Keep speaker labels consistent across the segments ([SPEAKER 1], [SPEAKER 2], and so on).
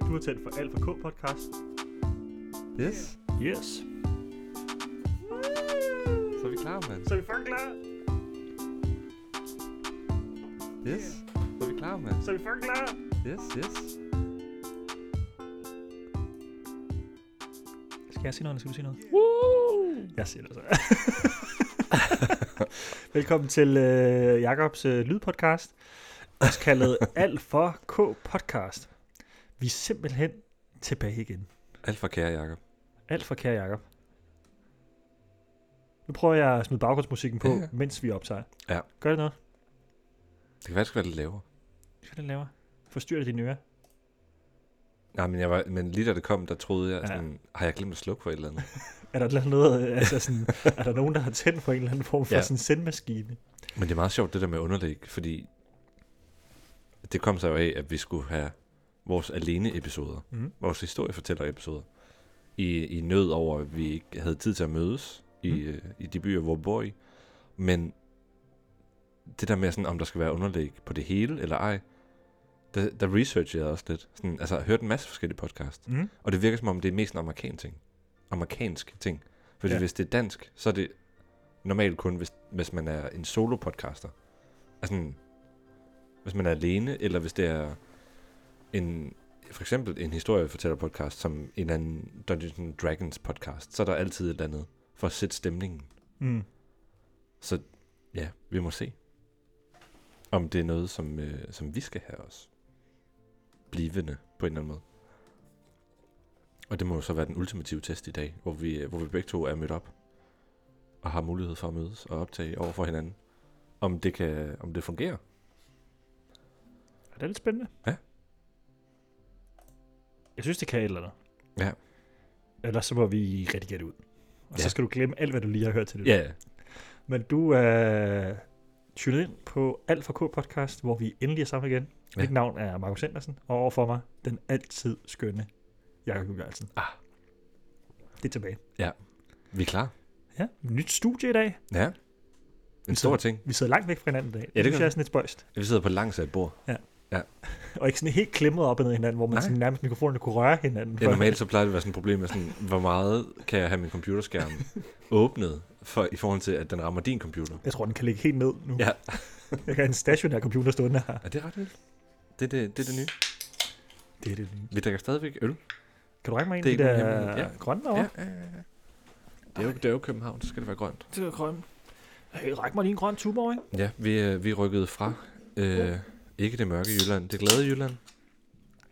[SPEAKER 1] Kurtelt for Alfa K podcast.
[SPEAKER 2] Yes,
[SPEAKER 1] Yes.
[SPEAKER 2] så er vi klar, mand.
[SPEAKER 1] Så er vi fucking klar.
[SPEAKER 2] Yes, så er vi klar, mand.
[SPEAKER 1] Så er vi fucking klar.
[SPEAKER 2] Yes, yes.
[SPEAKER 1] Skal jeg sige noget, eller skal du sige noget?
[SPEAKER 2] Woo!
[SPEAKER 1] Jeg siger det så. Velkommen til øh, Jakobs øh, lydpodcast, også kaldet Alt for K podcast. Vi er simpelthen tilbage igen.
[SPEAKER 2] Alt for kære, Jacob.
[SPEAKER 1] Alt for kære Jakob. Nu prøver jeg at smide baggrundsmusikken på,
[SPEAKER 2] Ja.
[SPEAKER 1] mens vi optager.
[SPEAKER 2] Ja.
[SPEAKER 1] Gør det noget?
[SPEAKER 2] Det kan faktisk være lidt lavere.
[SPEAKER 1] Hvad den laver? Forstyrrer det dine ører?
[SPEAKER 2] Nej, men, jeg var, men lige da det kom, der troede jeg
[SPEAKER 1] Ja.
[SPEAKER 2] sådan, har jeg glemt at slukke for et eller andet?
[SPEAKER 1] Er der et eller andet noget, øh, altså sådan, er der nogen, der har tændt for en eller anden form for ja.
[SPEAKER 2] Ja.
[SPEAKER 1] sådan en sendmaskine?
[SPEAKER 2] men det er meget sjovt, det der med underlæg, fordi det kom sig jo af, at vi skulle have vores alene-episoder,
[SPEAKER 1] Mm.
[SPEAKER 2] vores historiefortæller-episoder, i, i nød over, at vi ikke havde tid til at mødes i,
[SPEAKER 1] Mm.
[SPEAKER 2] øh, i de byer, hvor vi bor i. Men det der med, sådan, om der skal være underlæg på det hele eller ej, der, der researchede jeg også lidt. Sådan, altså, jeg hørte en masse forskellige podcasts.
[SPEAKER 1] Mm.
[SPEAKER 2] Og det virker som om, det er mest en amerikansk ting. Amerikansk ting. Fordi
[SPEAKER 1] Ja.
[SPEAKER 2] ja. hvis det er dansk, så er det normalt kun, hvis, hvis man er en solo-podcaster. Altså, sådan, hvis man er alene, eller hvis det er en, for eksempel en historiefortæller-podcast, som en eller anden Dungeons and Dragons podcast, så er der altid et eller andet for at sætte stemningen.
[SPEAKER 1] Mm.
[SPEAKER 2] Så ja, vi må se, om det er noget, som, øh, som vi skal have os blivende på en eller anden måde. Og det må jo så være den ultimative test i dag, hvor vi, øh, hvor vi begge to er mødt op og har mulighed for at mødes og optage over for hinanden, om det, kan, om det fungerer.
[SPEAKER 1] Er det lidt spændende?
[SPEAKER 2] Ja.
[SPEAKER 1] Jeg synes, det kan et eller andet.
[SPEAKER 2] Ja.
[SPEAKER 1] Ellers så må vi redigere det ud. Og ja. så
[SPEAKER 2] Ja.
[SPEAKER 1] skal du glemme alt, hvad du lige har hørt til det.
[SPEAKER 2] Ja,
[SPEAKER 1] Men du er øh, tunet ind på Alt for K podcast, hvor vi endelig er sammen igen. Ja.
[SPEAKER 2] Ja.
[SPEAKER 1] Mit navn er Markus Andersen, og overfor mig den altid skønne Jakob Juliansen.
[SPEAKER 2] Ah.
[SPEAKER 1] Det er tilbage.
[SPEAKER 2] vi er klar.
[SPEAKER 1] Ja, nyt studie i dag.
[SPEAKER 2] Ja. En
[SPEAKER 1] Så-
[SPEAKER 2] stor ting.
[SPEAKER 1] Vi sidder langt væk fra hinanden i dag. Det, ja, det
[SPEAKER 2] det
[SPEAKER 1] synes
[SPEAKER 2] gør
[SPEAKER 1] jeg er
[SPEAKER 2] vi.
[SPEAKER 1] sådan lidt spøjst.
[SPEAKER 2] Vi sidder på langs af et bord.
[SPEAKER 1] Og ikke sådan helt klemmet op ad hinanden, hvor man
[SPEAKER 2] Nej.
[SPEAKER 1] sådan nærmest mikrofonerne kunne røre hinanden.
[SPEAKER 2] Ja, normalt så plejer det at være sådan et problem med sådan, hvor meget kan jeg have min computerskærm åbnet for, i forhold til, at den rammer din computer.
[SPEAKER 1] Jeg tror, den kan ligge helt ned nu.
[SPEAKER 2] Ja.
[SPEAKER 1] jeg kan have en stationær computer stående her.
[SPEAKER 2] Er det ret vildt? Det er det, det, er det nye.
[SPEAKER 1] Det er det nye.
[SPEAKER 2] Vi drikker stadigvæk øl.
[SPEAKER 1] Kan du række mig en
[SPEAKER 2] Det
[SPEAKER 1] af
[SPEAKER 2] er
[SPEAKER 1] de
[SPEAKER 2] ikke min
[SPEAKER 1] der
[SPEAKER 2] hemmelighed, ja.
[SPEAKER 1] grønne derovre?
[SPEAKER 2] ja, ja. Det er, jo, det er jo København, så skal det være grønt.
[SPEAKER 1] Det er grøn. Hey, ræk mig lige en grøn tuborg, ikke?
[SPEAKER 2] Ja, vi, øh, vi rykkede fra øh, ikke det mørke Jylland, det glade Jylland.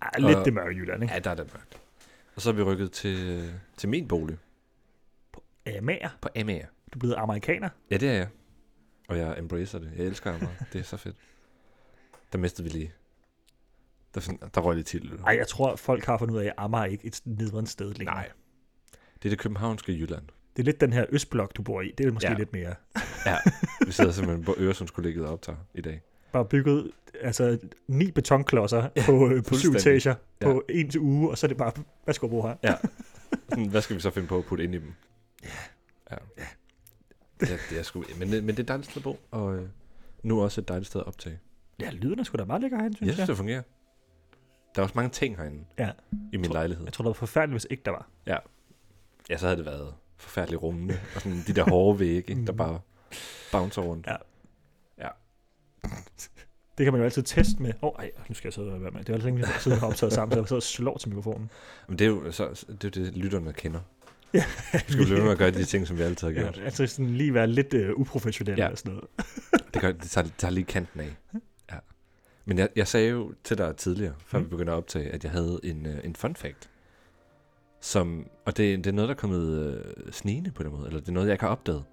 [SPEAKER 1] Ah, lidt
[SPEAKER 2] Og-
[SPEAKER 1] det mørke Jylland, ikke?
[SPEAKER 2] Ja, der er det mørkt. Og så er vi rykket til, øh, til min bolig
[SPEAKER 1] Amager.
[SPEAKER 2] på Amager.
[SPEAKER 1] Du er blevet amerikaner.
[SPEAKER 2] Ja, det er jeg. Og jeg embracer det. Jeg elsker Amager. Det er så fedt. Der mistede vi lige. Der, sådan- der røg lige til.
[SPEAKER 1] Ej, jeg tror, folk har fundet ud af, at Amager er ikke et nederen sted længere.
[SPEAKER 2] Nej. Det er det københavnske Jylland.
[SPEAKER 1] Det er lidt den her østblok, du bor i. Det er måske ja.
[SPEAKER 2] Ja.
[SPEAKER 1] lidt mere.
[SPEAKER 2] Vi sidder simpelthen på Øresundskollegiet og optager i dag.
[SPEAKER 1] Bare bygget altså, ni betonklodser ja, på, øh, på syv
[SPEAKER 2] fuldstændig.
[SPEAKER 1] etager på en til uge, og så er det bare, hvad skal jeg bruge her?
[SPEAKER 2] Sådan, hvad skal vi så finde på at putte ind i dem? Ja. Ja. ja det er sgu, men, det- men det er et dejligt sted at bo, og øh, nu også et dejligt sted at optage.
[SPEAKER 1] Ja, lyden er sgu da meget lækker herinde,
[SPEAKER 2] Jeg
[SPEAKER 1] synes
[SPEAKER 2] synes,
[SPEAKER 1] jeg.
[SPEAKER 2] det fungerer. Der er også mange ting herinde
[SPEAKER 1] Ja.
[SPEAKER 2] i min lejlighed.
[SPEAKER 1] Jeg tror, det var forfærdeligt, hvis ikke der var.
[SPEAKER 2] Ja, så havde det været forfærdeligt rummende, og sådan de der hårde vægge, der
[SPEAKER 1] Mm.
[SPEAKER 2] bare bouncer rundt.
[SPEAKER 1] Det kan man jo altid teste med. Åh, oh, ej, nu skal jeg sidde og være med. Det er altid ikke, at sidde og optaget sammen, så jeg sidder og slår til mikrofonen.
[SPEAKER 2] Men det er jo så, det, er jo det lytterne kender.
[SPEAKER 1] Ja.
[SPEAKER 2] Vi skal blive ved med at gøre de ting, som vi altid har
[SPEAKER 1] Ja,
[SPEAKER 2] gjort.
[SPEAKER 1] altså sådan lige være lidt øh, uprofessionel ja.
[SPEAKER 2] Ja.
[SPEAKER 1] og sådan noget.
[SPEAKER 2] Det, gør, det tager, tager lige kanten af. Ja. Men jeg, jeg sagde jo til dig tidligere, før mm. vi
[SPEAKER 1] Mm.
[SPEAKER 2] begyndte at optage, at jeg havde en, øh, en fun fact. Som, og det, det er noget, der er kommet øh, snigende på den måde, eller det er noget, jeg ikke har opdaget.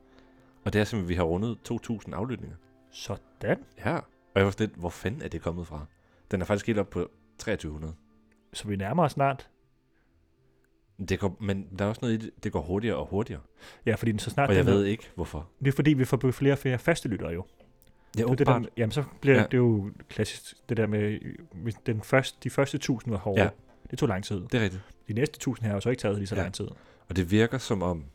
[SPEAKER 2] Og det er simpelthen, at vi har rundet 2.000 aflytninger.
[SPEAKER 1] Sådan.
[SPEAKER 2] Ja. Og jeg var sådan lidt, hvor fanden er det kommet fra? Den er faktisk helt op på 2300.
[SPEAKER 1] Så vi nærmer os snart.
[SPEAKER 2] Men Det går, men der er også noget i det, det går hurtigere og hurtigere.
[SPEAKER 1] Ja, fordi den så snart...
[SPEAKER 2] Og jeg
[SPEAKER 1] den-
[SPEAKER 2] ved ikke, hvorfor.
[SPEAKER 1] Det er fordi, vi får flere og flere faste lyttere jo.
[SPEAKER 2] Jeg
[SPEAKER 1] Det er det der,
[SPEAKER 2] åbenbart,
[SPEAKER 1] med- jamen, så bliver ja.
[SPEAKER 2] Ja.
[SPEAKER 1] det er jo klassisk, det der med, øh, hvis den første, de første tusind var hårde. Ja.
[SPEAKER 2] Ja.
[SPEAKER 1] Det tog lang tid.
[SPEAKER 2] det er rigtigt.
[SPEAKER 1] De næste tusind her har jo så ikke taget lige så ja.
[SPEAKER 2] Ja.
[SPEAKER 1] lang tid.
[SPEAKER 2] Og det virker som om,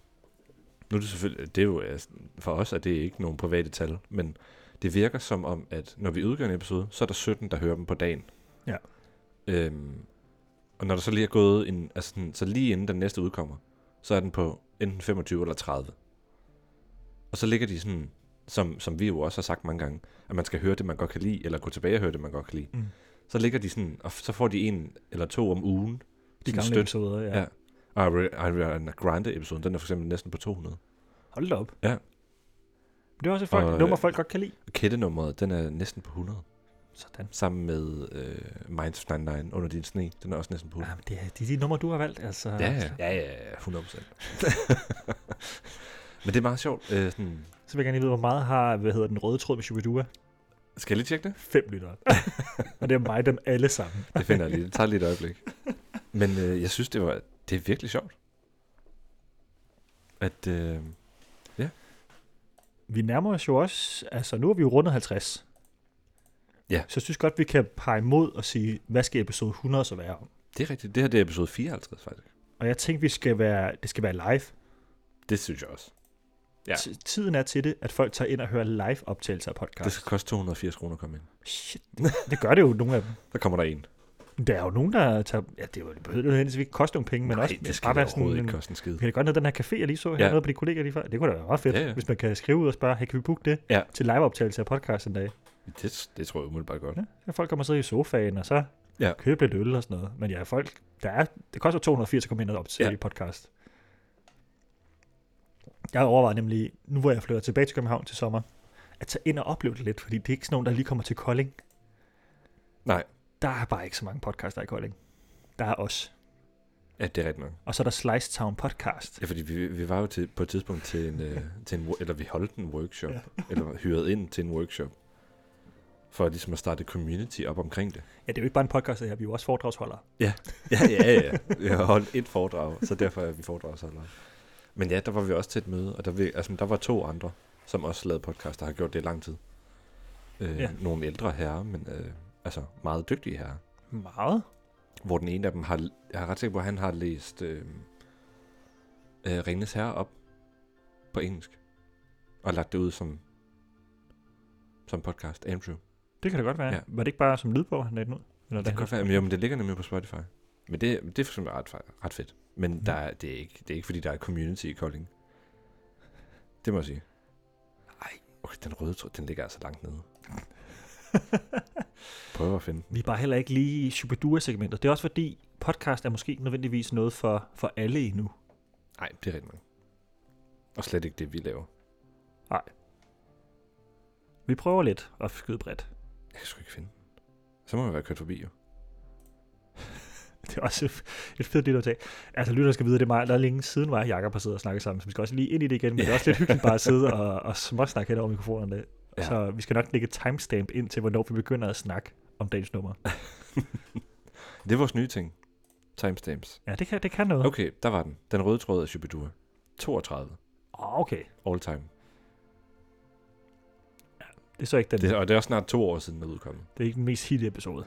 [SPEAKER 2] nu er det selvfølgelig, det er jo, altså, for os er det ikke nogen private tal, men det virker som om, at når vi udgiver en episode, så er der 17, der hører dem på dagen.
[SPEAKER 1] Ja.
[SPEAKER 2] Øhm, Og når der så lige er gået en, altså sådan, så lige inden den næste udkommer, så er den på enten 25 eller 30. Og så ligger de sådan, som, som vi jo også har sagt mange gange, at man skal høre det, man godt kan lide, eller gå tilbage og høre det, man godt kan lide.
[SPEAKER 1] Mm.
[SPEAKER 2] Mm. Så ligger de sådan, og f- så får de en eller to om ugen.
[SPEAKER 1] De
[SPEAKER 2] sådan
[SPEAKER 1] gamle
[SPEAKER 2] støt.
[SPEAKER 1] episoder, ja. ja.
[SPEAKER 2] Ja. Og Ariana Grande-episoden, den er for eksempel næsten på 200.
[SPEAKER 1] Hold da op.
[SPEAKER 2] Ja.
[SPEAKER 1] Men det er også et folk,
[SPEAKER 2] Og, øh,
[SPEAKER 1] nummer, folk godt kan lide.
[SPEAKER 2] Og Kættenummeret, den er næsten på 100.
[SPEAKER 1] Sådan.
[SPEAKER 2] Sammen med øh, Minds of 99, Under din sne, den er også næsten på 100.
[SPEAKER 1] Ja, men det er det er de numre, du har valgt. Altså,
[SPEAKER 2] Uh. Ja, ja, ja, ja, ja 100 Men det er meget sjovt. Øh, sådan,
[SPEAKER 1] Så vil jeg gerne lige vide, hvor meget har, hvad hedder den røde tråd med Shubidua?
[SPEAKER 2] skal jeg lige tjekke det?
[SPEAKER 1] Fem lyttere. og det er mig, dem alle sammen.
[SPEAKER 2] Det finder jeg lige. Det tager lige et øjeblik. Men øh, jeg synes, det var det er virkelig sjovt. At, øh,
[SPEAKER 1] Vi nærmer os jo også, altså nu er vi jo rundet 50.
[SPEAKER 2] Ja.
[SPEAKER 1] Så jeg synes godt, vi kan pege imod og sige, hvad skal episode 100 så være om?
[SPEAKER 2] det er rigtigt. Det her det er episode 54, faktisk.
[SPEAKER 1] Og jeg tænkte, vi skal være, det skal være live.
[SPEAKER 2] Det synes jeg også. Ja.
[SPEAKER 1] T- Tiden er til det, at folk tager ind og hører live optagelser af
[SPEAKER 2] Det
[SPEAKER 1] podcast.
[SPEAKER 2] skal koste 280 kroner at komme ind.
[SPEAKER 1] Shit, det, det gør det jo nogle af dem.
[SPEAKER 2] Der kommer der en.
[SPEAKER 1] Der er jo nogen, der tager... Ja, det er jo det behøver jo heldigvis ikke koste nogen penge, men
[SPEAKER 2] Nej,
[SPEAKER 1] også
[SPEAKER 2] det skal det overhovedet ikke koste en skid.
[SPEAKER 1] Kan det godt noget den her café, jeg lige så her, ja.
[SPEAKER 2] Ja.
[SPEAKER 1] noget på de kolleger lige før? Det kunne da være meget fedt, ja,
[SPEAKER 2] Ja,
[SPEAKER 1] ja.
[SPEAKER 2] ja.
[SPEAKER 1] hvis man kan skrive ud og spørge, hey, kan vi booke det
[SPEAKER 2] Ja.
[SPEAKER 1] til liveoptagelse af podcast en dag?
[SPEAKER 2] Det, det tror jeg umiddelbart godt.
[SPEAKER 1] Ja, så folk kommer og sidder i sofaen, og så ja.
[SPEAKER 2] Ja.
[SPEAKER 1] købe lidt øl og sådan noget. Men ja, folk, der er, det koster 280 at komme ind og optage ja.
[SPEAKER 2] Ja.
[SPEAKER 1] i podcast. Jeg overvejer nemlig, nu hvor jeg flytter tilbage til København til sommer, at tage ind og opleve det lidt, fordi det er ikke sådan nogen, der lige kommer til Kolding.
[SPEAKER 2] Nej.
[SPEAKER 1] Der er bare ikke så mange podcaster i Kolding. Der er os.
[SPEAKER 2] Ja, det er rigtigt nok.
[SPEAKER 1] Og så er der Slice Town Podcast.
[SPEAKER 2] Ja, fordi vi, vi var jo til, på et tidspunkt til en, øh, til en, wo- eller vi holdt en workshop,
[SPEAKER 1] Ja.
[SPEAKER 2] ja. eller hyret ind til en workshop, for ligesom at starte et community op omkring det.
[SPEAKER 1] Ja, det er jo ikke bare en podcast, det her, vi er jo også foredragsholdere.
[SPEAKER 2] Ja, ja, ja. Jeg har holdt et foredrag, så derfor er vi foredragsholdere. Men ja, der var vi også til et møde, og der, vi, altså, der var to andre, som også lavede podcast, der har gjort det i lang tid. Øh,
[SPEAKER 1] Ja.
[SPEAKER 2] ja. Nogle ældre herrer, men øh, altså meget dygtige herrer.
[SPEAKER 1] Meget.
[SPEAKER 2] Hvor den ene af dem har, jeg er ret sikker på, at han har læst øh, øh, Ringens Herre op på engelsk. Og lagt det ud som, som podcast. Andrew.
[SPEAKER 1] Det kan det godt være. Ja.
[SPEAKER 2] Ja.
[SPEAKER 1] Var det ikke bare som lydbog, han lagde den ud? Eller
[SPEAKER 2] Det kan godt være, men, jo, men det ligger nemlig på Spotify. Men det, det er for eksempel ret, fe- ret fedt. Men
[SPEAKER 1] Mm.
[SPEAKER 2] mm. der, er- det, er ikke, det er ikke, fordi der er et community i Kolding. Det må jeg sige. Ej, okay, den røde tråd, den ligger altså langt nede. Prøv at finde den.
[SPEAKER 1] Vi er bare heller ikke lige i Superdua-segmentet. Det er også fordi, podcast er måske ikke nødvendigvis noget for, for alle endnu.
[SPEAKER 2] Nej, det er rigtigt nok. Og slet ikke det, vi laver.
[SPEAKER 1] Vi prøver lidt at skyde bredt.
[SPEAKER 2] Jeg kan sgu ikke finde den. Så må man være kørt forbi, jo.
[SPEAKER 1] Det er også et- et fedt lille tag. Altså, lytter skal vide, det er meget der er længe siden, var Jacob har siddet og snakket sammen, så vi skal også lige ind i det igen, men det er også lidt hyggeligt bare at sidde og, og småsnakke hen over mikrofonerne. Ja.
[SPEAKER 2] Ja.
[SPEAKER 1] Så vi skal nok lægge et timestamp ind til, hvornår vi begynder at snakke om dagens nummer.
[SPEAKER 2] Det er vores nye ting. Timestamps.
[SPEAKER 1] Ja, det kan, det kan noget. Okay.
[SPEAKER 2] Okay, der var den. Den røde tråd af Shubidua. 32.
[SPEAKER 1] Ah, okay.
[SPEAKER 2] All time.
[SPEAKER 1] Det er så ikke den, det
[SPEAKER 2] Det,
[SPEAKER 1] er,
[SPEAKER 2] og det er også snart to år siden, den er udkommet.
[SPEAKER 1] det er ikke den mest hit episode.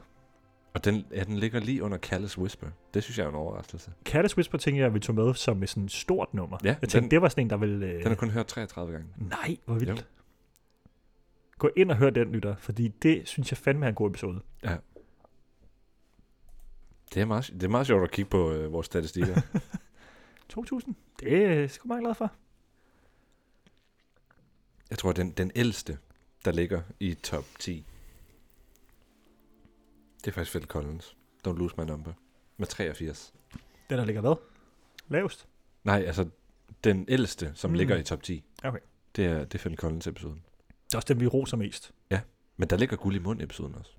[SPEAKER 2] Og den, ja, den ligger lige under Callis Whisper. Det synes jeg er en overraskelse.
[SPEAKER 1] Caddis Whisper tænkte jeg, vi tog med som et sådan stort nummer.
[SPEAKER 2] Ja,
[SPEAKER 1] jeg tænkte,
[SPEAKER 2] den-
[SPEAKER 1] det var sådan en, der ville... Øh...
[SPEAKER 2] Den har kun hørt 33 gange.
[SPEAKER 1] Nej, hvor vildt.
[SPEAKER 2] Jo.
[SPEAKER 1] Gå ind og hør den, lytter, fordi det synes jeg fandme er en god episode.
[SPEAKER 2] Det er meget, det er meget sjovt at kigge på øh, vores statistikker.
[SPEAKER 1] 2000, det er jeg sgu meget glad for.
[SPEAKER 2] jeg tror, den, den ældste, der ligger i top 10, det er faktisk Phil Collins. Don't lose my number. Med 83.
[SPEAKER 1] Den der ligger hvad? Lavest.
[SPEAKER 2] Nej, altså den ældste, som
[SPEAKER 1] Mm.
[SPEAKER 2] mm. ligger i top 10,
[SPEAKER 1] Okay.
[SPEAKER 2] det er, det er Phil Collins-episoden.
[SPEAKER 1] Det er også den, vi roser mest.
[SPEAKER 2] Men der ligger guld i mund-episoden også.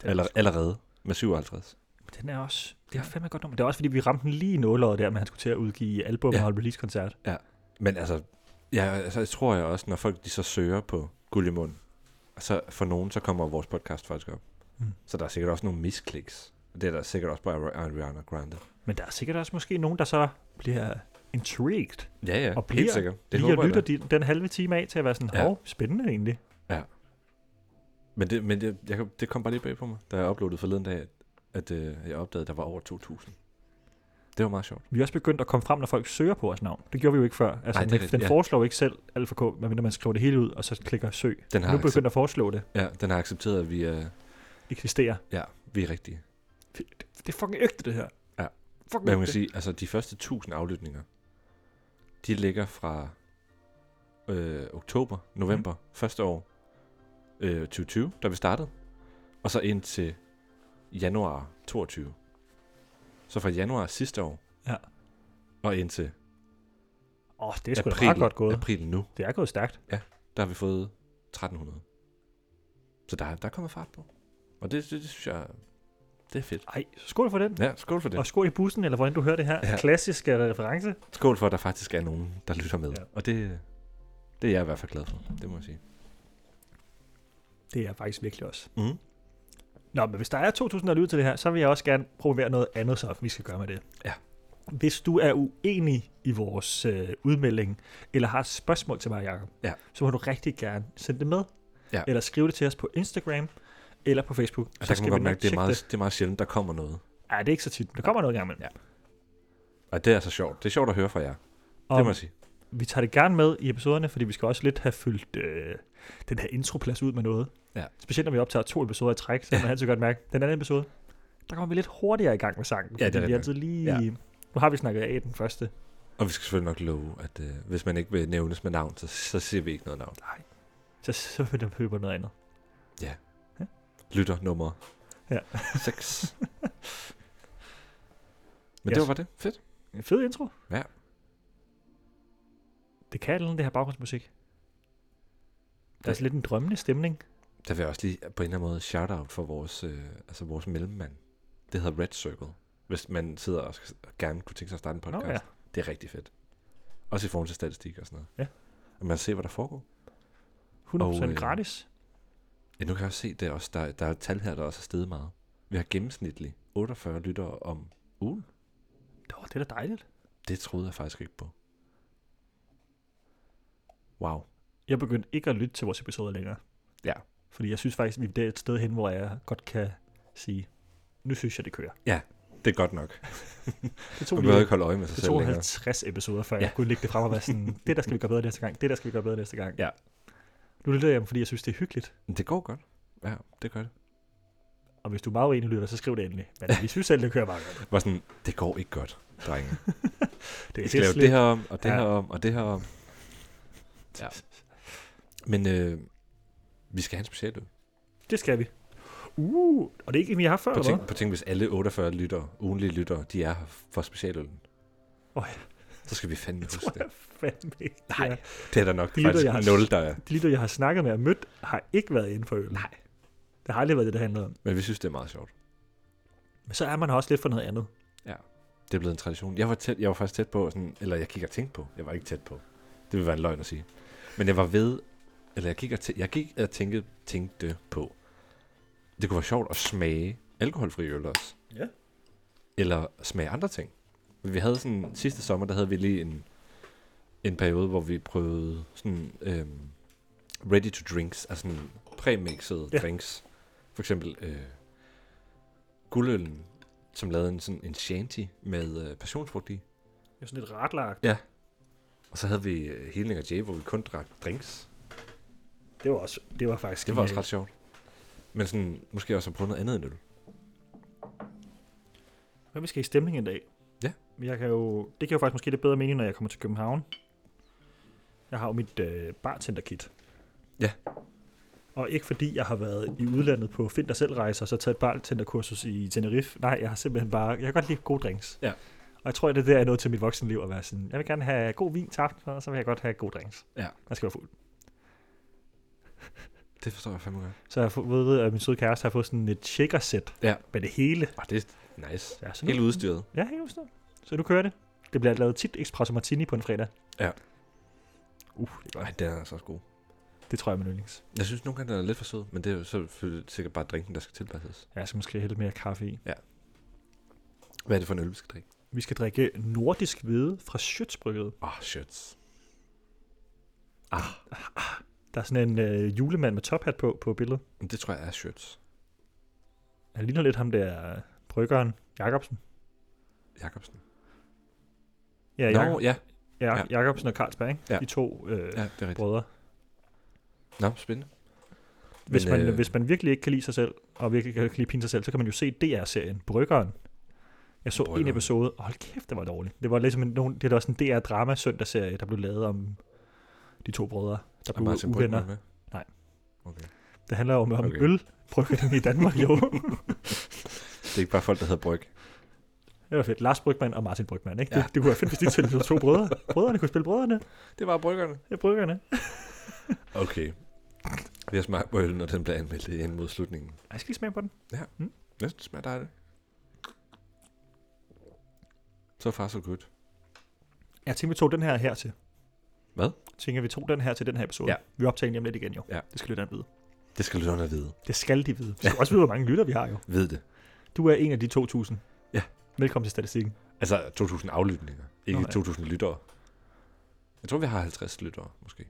[SPEAKER 1] Den,
[SPEAKER 2] Aller, allerede med 57.
[SPEAKER 1] den er også, det er fandme et godt nummer. Det er også, fordi vi ramte den lige i nålåret der, men han skulle til at udgive album
[SPEAKER 2] Ja.
[SPEAKER 1] og holde release-koncert.
[SPEAKER 2] Men altså, ja, altså, jeg tror jeg også, når folk de så søger på guld i mund, så for nogen, så kommer vores podcast faktisk op.
[SPEAKER 1] Mm.
[SPEAKER 2] Mm. Så der er sikkert også nogle miskliks. Det er der sikkert også på Ari- Ariana Grande.
[SPEAKER 1] Men der er sikkert også måske nogen, der så bliver intrigued.
[SPEAKER 2] Ja, ja,
[SPEAKER 1] Og
[SPEAKER 2] og
[SPEAKER 1] bliver
[SPEAKER 2] helt sikkert.
[SPEAKER 1] Det
[SPEAKER 2] Det
[SPEAKER 1] lige
[SPEAKER 2] håber
[SPEAKER 1] at
[SPEAKER 2] jeg
[SPEAKER 1] lytte
[SPEAKER 2] da.
[SPEAKER 1] de, den halve time af til at være sådan,
[SPEAKER 2] Ja.
[SPEAKER 1] hov, spændende egentlig.
[SPEAKER 2] Men, det, men det, jeg, kan- det kom bare lige bag på mig, da jeg uploadede forleden dag, at, at øh, jeg opdagede, at der var over 2.000. Det var meget sjovt.
[SPEAKER 1] Vi er også begyndt at komme frem, når folk søger på vores navn. Det gjorde vi jo ikke før. Altså,
[SPEAKER 2] Nej, det er
[SPEAKER 1] den,
[SPEAKER 2] rigtigt,
[SPEAKER 1] den
[SPEAKER 2] ja.
[SPEAKER 1] foreslår jo ikke selv alfa k, medmindre man skriver det hele ud, og så klikker søg.
[SPEAKER 2] Den har,
[SPEAKER 1] Nu begynder
[SPEAKER 2] accept,
[SPEAKER 1] at foreslå det.
[SPEAKER 2] ja, den har accepteret, at vi er,
[SPEAKER 1] Eksisterer.
[SPEAKER 2] ja, vi er rigtige.
[SPEAKER 1] Det, det er fucking ægte, det her.
[SPEAKER 2] Ja.
[SPEAKER 1] Fucking
[SPEAKER 2] Men man kan
[SPEAKER 1] ægte.
[SPEAKER 2] sige, altså de første 1000 aflytninger, de ligger fra øh, oktober, november, mm. første år, øh, 2020, da vi startede, og så ind til januar 22. Så fra januar sidste år,
[SPEAKER 1] Ja.
[SPEAKER 2] og ind til
[SPEAKER 1] Åh, oh, det er sgu da
[SPEAKER 2] april,
[SPEAKER 1] meget godt gået.
[SPEAKER 2] april nu,
[SPEAKER 1] Det er gået stærkt.
[SPEAKER 2] der har vi fået 1300. Så der, der kommer fart på. Og det, det, det synes jeg, det er fedt.
[SPEAKER 1] Ej, så skål for den.
[SPEAKER 2] Ja, skål for det.
[SPEAKER 1] Og skål i bussen, eller hvordan du hører det her.
[SPEAKER 2] Ja.
[SPEAKER 1] Ja. Klassisk øh, reference.
[SPEAKER 2] Skål for, at der faktisk er nogen, der lytter med. Ja.
[SPEAKER 1] Ja.
[SPEAKER 2] Og det, det er jeg i hvert fald glad for, det må jeg sige.
[SPEAKER 1] Det er jeg faktisk virkelig også.
[SPEAKER 2] Mm.
[SPEAKER 1] Nå, men hvis der er 2.000, der lytter til det her, så vil jeg også gerne promovere noget andet, så vi skal gøre med det.
[SPEAKER 2] Ja.
[SPEAKER 1] Hvis du er uenig i vores øh, udmelding, eller har et spørgsmål til mig, Jacob,
[SPEAKER 2] Ja.
[SPEAKER 1] så må du rigtig gerne sende det med.
[SPEAKER 2] Ja.
[SPEAKER 1] Eller skrive det til os på Instagram, eller på Facebook.
[SPEAKER 2] Og der kan man godt
[SPEAKER 1] vi
[SPEAKER 2] mærke,
[SPEAKER 1] nok
[SPEAKER 2] det er,
[SPEAKER 1] tjekke
[SPEAKER 2] meget, det er meget sjældent, der kommer noget.
[SPEAKER 1] Ja, det er ikke så tit. men Der kommer noget gang imellem.
[SPEAKER 2] Ja. Og det er så sjovt. Det er sjovt at høre fra jer. Det
[SPEAKER 1] Og
[SPEAKER 2] må jeg sige.
[SPEAKER 1] vi tager det gerne med i episoderne, fordi vi skal også lidt have fyldt øh, den her introplads ud med noget.
[SPEAKER 2] Ja.
[SPEAKER 1] Specielt når vi optager to episoder i træk, så kan man altid godt mærke, den anden episode, der kommer vi lidt hurtigere i gang med sangen.
[SPEAKER 2] Ja, det er
[SPEAKER 1] fordi vi
[SPEAKER 2] rigtigt
[SPEAKER 1] altid lige...
[SPEAKER 2] Ja.
[SPEAKER 1] Ja. Nu har vi snakket af den første.
[SPEAKER 2] Og vi skal selvfølgelig nok love, at øh, hvis man ikke vil nævnes med navn, så, så siger vi ikke noget navn.
[SPEAKER 1] Så, så vil den på noget andet.
[SPEAKER 2] Lytter nummer
[SPEAKER 1] Ja.
[SPEAKER 2] 6. Men yes.
[SPEAKER 1] Yes.
[SPEAKER 2] det var det. Fedt.
[SPEAKER 1] En fed intro.
[SPEAKER 2] Ja.
[SPEAKER 1] Det kan et eller andet, det her baggrundsmusik. Der er
[SPEAKER 2] Det-
[SPEAKER 1] sådan lidt en drømmende stemning.
[SPEAKER 2] Der vil jeg også lige på en eller anden måde shout-out for vores, øh, altså vores mellemmand. Det hedder Red Circle. Hvis man sidder og, skal, og gerne kunne tænke sig at starte en
[SPEAKER 1] Nå
[SPEAKER 2] podcast.
[SPEAKER 1] ja.
[SPEAKER 2] Det er rigtig fedt. Også i forhold til statistik og sådan noget.
[SPEAKER 1] Ja.
[SPEAKER 2] Og man ser, hvad der foregår.
[SPEAKER 1] 100%
[SPEAKER 2] Og, øh,
[SPEAKER 1] gratis.
[SPEAKER 2] Ja, nu kan jeg også se, det er også, der, der er et tal her, der også er steget meget. Vi har gennemsnitligt 48 lyttere om ugen.
[SPEAKER 1] Nå, det er da dejligt.
[SPEAKER 2] Det troede jeg faktisk ikke på. Wow.
[SPEAKER 1] Jeg begyndte ikke at lytte til vores episoder længere.
[SPEAKER 2] Ja.
[SPEAKER 1] Fordi jeg synes faktisk, vi er et sted hen, hvor jeg godt kan sige, nu synes jeg, det kører.
[SPEAKER 2] Det er godt nok.
[SPEAKER 1] Det tog,
[SPEAKER 2] Man behøver
[SPEAKER 1] lige,
[SPEAKER 2] ikke holde øje med sig
[SPEAKER 1] det
[SPEAKER 2] selv
[SPEAKER 1] tog
[SPEAKER 2] længere.
[SPEAKER 1] 50 episoder, før ja.
[SPEAKER 2] Ja.
[SPEAKER 1] jeg kunne lægge det frem og være sådan, det der skal vi gøre bedre næste gang, det der skal vi gøre bedre næste gang.
[SPEAKER 2] Ja.
[SPEAKER 1] Nu lytter jeg dem, fordi jeg synes, det er hyggeligt.
[SPEAKER 2] Men Det går godt. Ja, det gør det.
[SPEAKER 1] Og hvis du er meget uenig lytter, så skriv det endelig. Men vi synes selv, det kører meget godt.
[SPEAKER 2] Var sådan, det går ikke godt, drenge.
[SPEAKER 1] Det
[SPEAKER 2] Vi skal lave det her om, og det
[SPEAKER 1] Ja.
[SPEAKER 2] her om, og det her om. Ja. Men øh, vi skal have en special ud.
[SPEAKER 1] Det skal vi. Uh, og det er ikke en, vi har før,
[SPEAKER 2] På
[SPEAKER 1] eller
[SPEAKER 2] tænk, på tænk, hvis alle 48 lytter, ugenlige lyttere, de er her for specialølen.
[SPEAKER 1] Åh,
[SPEAKER 2] Så skal vi fandme huske det.
[SPEAKER 1] hvad? Fandme ikke.
[SPEAKER 2] Nej,
[SPEAKER 1] Ja.
[SPEAKER 2] det er der nok
[SPEAKER 1] De lytter,
[SPEAKER 2] faktisk
[SPEAKER 1] jeg har-
[SPEAKER 2] nul, der er.
[SPEAKER 1] De lytter, jeg har snakket med og mødt, har ikke været inde for øl. Nej. Det har aldrig været det, det handlede om.
[SPEAKER 2] Men vi synes, det er meget sjovt.
[SPEAKER 1] Men så er man her også lidt for noget andet.
[SPEAKER 2] Det er blevet en tradition. Jeg var, tæt, jeg var faktisk tæt på, sådan, eller jeg gik og tænkte på. Jeg var ikke tæt på. Det ville være en løgn at sige. Men jeg var ved, eller jeg gik og, tæ, jeg gik og tænkte, tænkte på. Det kunne være sjovt at smage alkoholfri øl også.
[SPEAKER 1] Ja.
[SPEAKER 2] Eller smage andre ting. Men Vi havde sådan, sidste sommer, der havde vi lige en, en periode, hvor vi prøvede sådan øhm, ready to drinks, altså sådan præmixede ja.
[SPEAKER 1] Ja.
[SPEAKER 2] drinks. For eksempel øh, guldøllen, som lavede en sådan en shanty med øh, passionsfrugt i.
[SPEAKER 1] Det er sådan lidt retlagt.
[SPEAKER 2] Og så havde vi øh, Healing og Jay, hvor vi kun drak drinks.
[SPEAKER 1] Det var, også, det var faktisk øh,
[SPEAKER 2] Det var også
[SPEAKER 1] genialt.
[SPEAKER 2] ret sjovt. Men sådan, måske også at prøve noget andet end øl.
[SPEAKER 1] Men vi skal i stemning en dag.
[SPEAKER 2] Ja.
[SPEAKER 1] Men Jeg kan jo, det giver jo faktisk måske lidt bedre mening, når jeg kommer til København. Jeg har jo mit øh, bartenderkit.
[SPEAKER 2] Ja.
[SPEAKER 1] Og ikke fordi jeg har været i udlandet på Find dig selv rejser, og så taget et bartenderkursus i Tenerife. Nej, jeg har simpelthen bare, jeg kan godt lide gode drinks.
[SPEAKER 2] Ja.
[SPEAKER 1] Og jeg tror, det der er noget til mit voksenliv at være sådan, jeg vil gerne have god vin til aften, og så vil jeg godt have gode drinks.
[SPEAKER 2] Ja.
[SPEAKER 1] Jeg skal være fuld.
[SPEAKER 2] Det forstår jeg fandme godt.
[SPEAKER 1] Så jeg har fået, at min søde kæreste har fået sådan et shaker-sæt
[SPEAKER 2] Ja.
[SPEAKER 1] med det hele.
[SPEAKER 2] Og Ah, det er nice.
[SPEAKER 1] Ja, så nu-
[SPEAKER 2] Helt udstyret.
[SPEAKER 1] Ja, helt bestemt. Så du kører det. Det bliver lavet tit espresso martini på en fredag.
[SPEAKER 2] Ja.
[SPEAKER 1] Uh, det, er
[SPEAKER 2] Nej,
[SPEAKER 1] godt.
[SPEAKER 2] den er altså også god.
[SPEAKER 1] det tror jeg er min yndlings.
[SPEAKER 2] Jeg synes nogle gange, den er lidt for sød, men det er jo selvfølgelig sikkert bare drinken, der skal tilpasses.
[SPEAKER 1] Jeg skal måske hælde lidt mere kaffe i.
[SPEAKER 2] Hvad er det for en øl, vi skal drikke?
[SPEAKER 1] Vi skal drikke nordisk hvede fra Schøtzbrygget.
[SPEAKER 2] Ah, oh, shit.
[SPEAKER 1] Der er sådan en øh, julemand med tophat på på billedet.
[SPEAKER 2] Men det tror jeg er shirts.
[SPEAKER 1] Han ligner lidt ham der øh, bryggeren Jacobsen.
[SPEAKER 2] Jacobsen.
[SPEAKER 1] Ja,
[SPEAKER 2] Ja, Nå,
[SPEAKER 1] Jacob,
[SPEAKER 2] ja.
[SPEAKER 1] ja.
[SPEAKER 2] ja.
[SPEAKER 1] Jacobsen og Carlsberg, ikke?
[SPEAKER 2] Ja.
[SPEAKER 1] De to øh,
[SPEAKER 2] ja,
[SPEAKER 1] ja.
[SPEAKER 2] det er rigtigt.
[SPEAKER 1] brødre.
[SPEAKER 2] Nå, spændende.
[SPEAKER 1] Hvis,
[SPEAKER 2] Men,
[SPEAKER 1] man, øh...
[SPEAKER 2] øh,
[SPEAKER 1] hvis man virkelig ikke kan lide sig selv, og virkelig ikke kan lide pine sig selv, så kan man jo se DR-serien Bryggeren. Jeg så Bryggeren. en
[SPEAKER 2] Bryggeren.
[SPEAKER 1] episode, og hold kæft, det var dårligt. Det var ligesom en, nogen- det er da også en DR-drama søndagsserie, der blev lavet om de to brødre, der blev uvenner.
[SPEAKER 2] med?
[SPEAKER 1] Nej.
[SPEAKER 2] Okay.
[SPEAKER 1] Det handler jo om, om okay.
[SPEAKER 2] Okay.
[SPEAKER 1] ølbryggeren i Danmark, jo.
[SPEAKER 2] Det er ikke bare folk, der hedder Bryg.
[SPEAKER 1] det var fedt. Lars Brygman og Martin Brygman, ikke? Ja.
[SPEAKER 2] Ja.
[SPEAKER 1] Det, det, kunne være fedt, hvis de spillede to brødre. Brødrene kunne spille brødrene.
[SPEAKER 2] Det var bryggerne.
[SPEAKER 1] Det er bryggerne.
[SPEAKER 2] Okay. Vi har smagt på øl, når den blev anmeldt ind mod slutningen.
[SPEAKER 1] Ej, Jeg skal lige smage på den.
[SPEAKER 2] Jeg synes, det smager dejligt. Så far så godt.
[SPEAKER 1] Jeg tænker, vi tog den her her til.
[SPEAKER 2] Hvad?
[SPEAKER 1] Jeg tænker, vi tog den her til den her episode.
[SPEAKER 2] Ja.
[SPEAKER 1] Vi optager den hjem lidt igen, jo.
[SPEAKER 2] Ja.
[SPEAKER 1] Det skal lytterne vide.
[SPEAKER 2] Det skal lytterne vide.
[SPEAKER 1] Det skal de vide. Vi skal også vide, hvor mange lytter vi har, jo.
[SPEAKER 2] Ved det.
[SPEAKER 1] Du er en af de 2.000.
[SPEAKER 2] Ja.
[SPEAKER 1] Velkommen til statistikken.
[SPEAKER 2] Altså 2.000 aflytninger. Ikke
[SPEAKER 1] Nå, ja.
[SPEAKER 2] 2.000 lyttere. Jeg tror, vi har 50 lyttere, måske.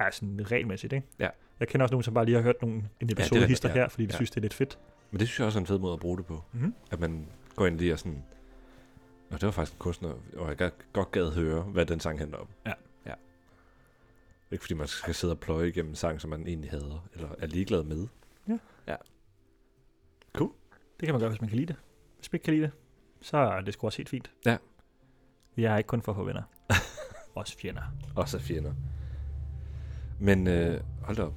[SPEAKER 1] Ja, sådan regelmæssigt, ikke?
[SPEAKER 2] Ja.
[SPEAKER 1] Jeg kender også nogen, som bare lige har hørt nogle, en episode ja,
[SPEAKER 2] rigtigt,
[SPEAKER 1] hister
[SPEAKER 2] ja.
[SPEAKER 1] her, fordi de ja.
[SPEAKER 2] Ja.
[SPEAKER 1] synes, det er lidt fedt.
[SPEAKER 2] Men det synes jeg også er en fed måde at bruge det på.
[SPEAKER 1] Mhm.
[SPEAKER 2] At man går ind lige og sådan... Nå, det var faktisk en kunstner, og jeg gad- godt gad høre, hvad den sang handler om.
[SPEAKER 1] Ja.
[SPEAKER 2] ja. Ikke fordi man skal sidde og pløje igennem en sang, som man egentlig hader, eller er ligeglad med.
[SPEAKER 1] Det kan man gøre, hvis man kan lide det. Hvis man ikke kan lide det, så er det sgu også helt fint.
[SPEAKER 2] Ja.
[SPEAKER 1] Vi er ikke kun for at få venner. også fjender.
[SPEAKER 2] Også fjender. Men øh, hold da op.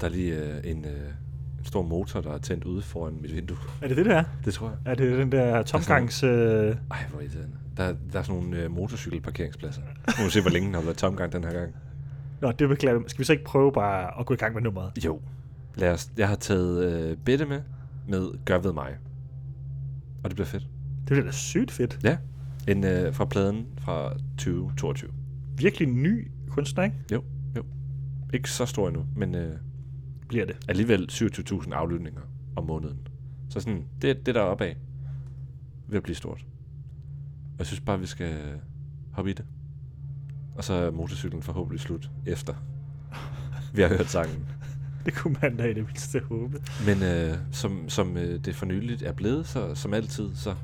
[SPEAKER 2] Der er lige øh, en, øh, en stor motor, der er tændt ude foran mit vindue.
[SPEAKER 1] Er det det, der er?
[SPEAKER 2] Det tror jeg.
[SPEAKER 1] Er det den der
[SPEAKER 2] Altså-
[SPEAKER 1] tomgangs... Øh...
[SPEAKER 2] Ej, hvor irriterende. Der, der er sådan nogle øh, motorcykelparkeringspladser. Nu må vi se, hvor længe den har været tomgang den her gang.
[SPEAKER 1] Nå, det beklager jeg. Skal vi så ikke prøve bare at gå i gang med nummeret?
[SPEAKER 2] Jo. Lad os, jeg har taget øh, Bette med, med Gør ved mig. Og det bliver fedt.
[SPEAKER 1] Det bliver da sygt fedt.
[SPEAKER 2] Ja. En øh, fra pladen fra 2022.
[SPEAKER 1] Virkelig ny kunstner, ikke?
[SPEAKER 2] Ikke så stor endnu, men øh,
[SPEAKER 1] Bliver det.
[SPEAKER 2] alligevel 27.000 aflytninger om måneden. Så sådan, det, det der er opad, vil blive stort. Og jeg synes bare, vi skal hoppe i det. Og så er motorcyklen forhåbentlig slut efter. Vi har hørt sangen.
[SPEAKER 1] Det kunne man da i det mindste håbe.
[SPEAKER 2] Men øh, som, som øh, det for nyligt er blevet, så som altid, så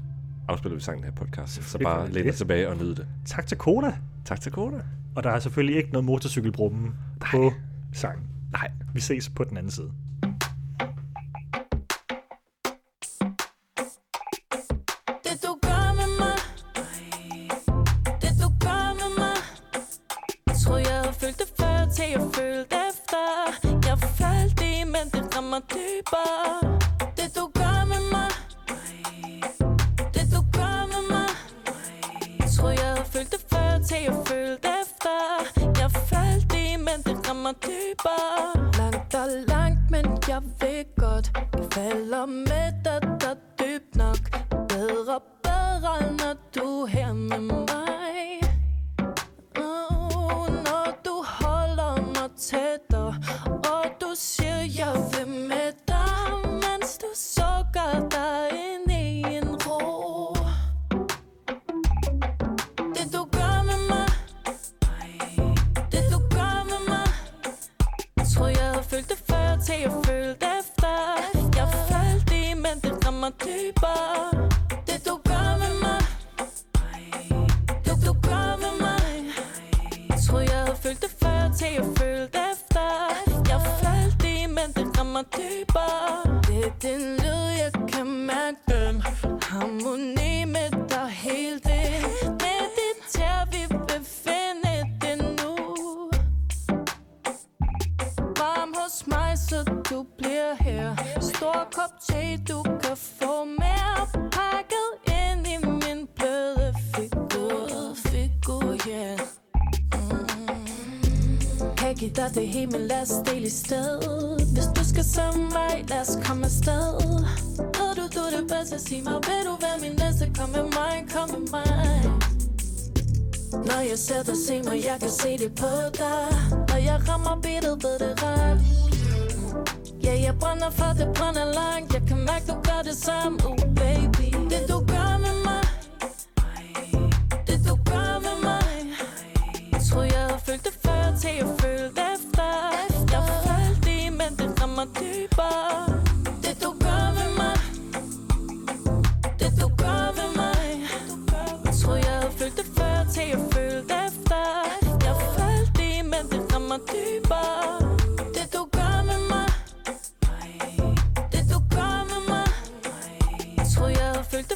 [SPEAKER 2] afspiller vi sangen her i podcasten. Så
[SPEAKER 1] Selvfølgelig gør
[SPEAKER 2] bare
[SPEAKER 1] vi
[SPEAKER 2] læn
[SPEAKER 1] det.
[SPEAKER 2] dig tilbage og nyd det.
[SPEAKER 1] Tak til Koda.
[SPEAKER 2] Tak til Kona.
[SPEAKER 1] Og der er selvfølgelig ikke noget motorcykelbrummen på sangen. Nej. Vi ses på den anden
[SPEAKER 2] Mm.
[SPEAKER 1] side.
[SPEAKER 3] Det du gør med mig Det du gør med mig Tror jeg havde følt det før Til jeg følte efter Jeg faldt i, men det rammer dybere Det du gør med mig Det du gør med mig Tror jeg havde følt det før Til jeg følte efter Jeg faldt i, men det rammer dybere Langt og langt, men jeg ved godt Jeg falder med dig, der dybt nok Bedre, bedre, når du er her med mig Oh, når du holder mig tættere Og du siger, jeg vil med dig Mens du sukker dig ind i en ro Det du gør med mig Det du gør med mig Tror jeg havde følt det før Til jeg følte efter Jeg faldt i, men det rammer dybere Det du gør med mig Det du gør med mig Tror jeg havde følt det før, til jeg følte efter Jeg faldt i, men det rammer dybere Det er den lyd, jeg kan mærke den Harmoni med dig helt ind Med dit tær, vi befinde det nu Varm hos mig, så du bliver her Stor kop te, du kan få mere Pakket ind i min bløde figur Figur, yeah kan give dig det hele, men lad os dele i sted Hvis du skal samme vej, lad os komme afsted Ved du, du er det bedste, sig mig Vil du være min næste, kom med mig, kom med mig Når jeg ser dig, se mig, jeg kan se det på dig Når jeg rammer beatet, ved det ret Ja, jeg brænder for det brænder langt Jeg kan mærke, du gør det samme, oh baby Det du gør med mig Det du gør med mig Tror jeg havde følt det før, til jeg følte efter Jeg faldt i, men det rammer dybere Det du gør ved mig Det du gør ved mig Tror jeg havde følt det før, til jeg følte efter Jeg faldt i, men det rammer dybere Det du gør ved mig jeg følte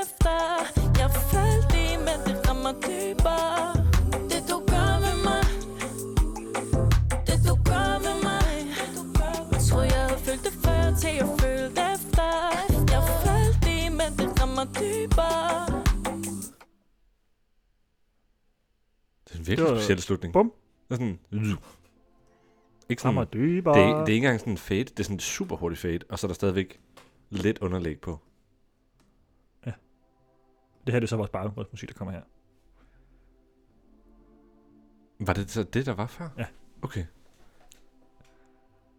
[SPEAKER 3] efter Jeg faldt i, men det rammer dybere Det du gør ved mig Det du gør ved mig Tror jeg havde følt det før, til jeg følte efter Jeg faldt i, men det rammer dybere
[SPEAKER 2] Det er en virkelig
[SPEAKER 1] Det var-
[SPEAKER 2] speciel slutning.
[SPEAKER 1] Bum.
[SPEAKER 2] Det er sådan... Ikke sådan...
[SPEAKER 1] Rammer
[SPEAKER 2] Det,
[SPEAKER 1] dybere.
[SPEAKER 2] er- det er ikke engang sådan en fade. Det er sådan en super hurtig fade, og så er der stadigvæk lidt underlæg på.
[SPEAKER 1] det her det er så vores baggrundsmusik, der kommer her.
[SPEAKER 2] Var det så det, der var før?
[SPEAKER 1] Ja.
[SPEAKER 2] Okay.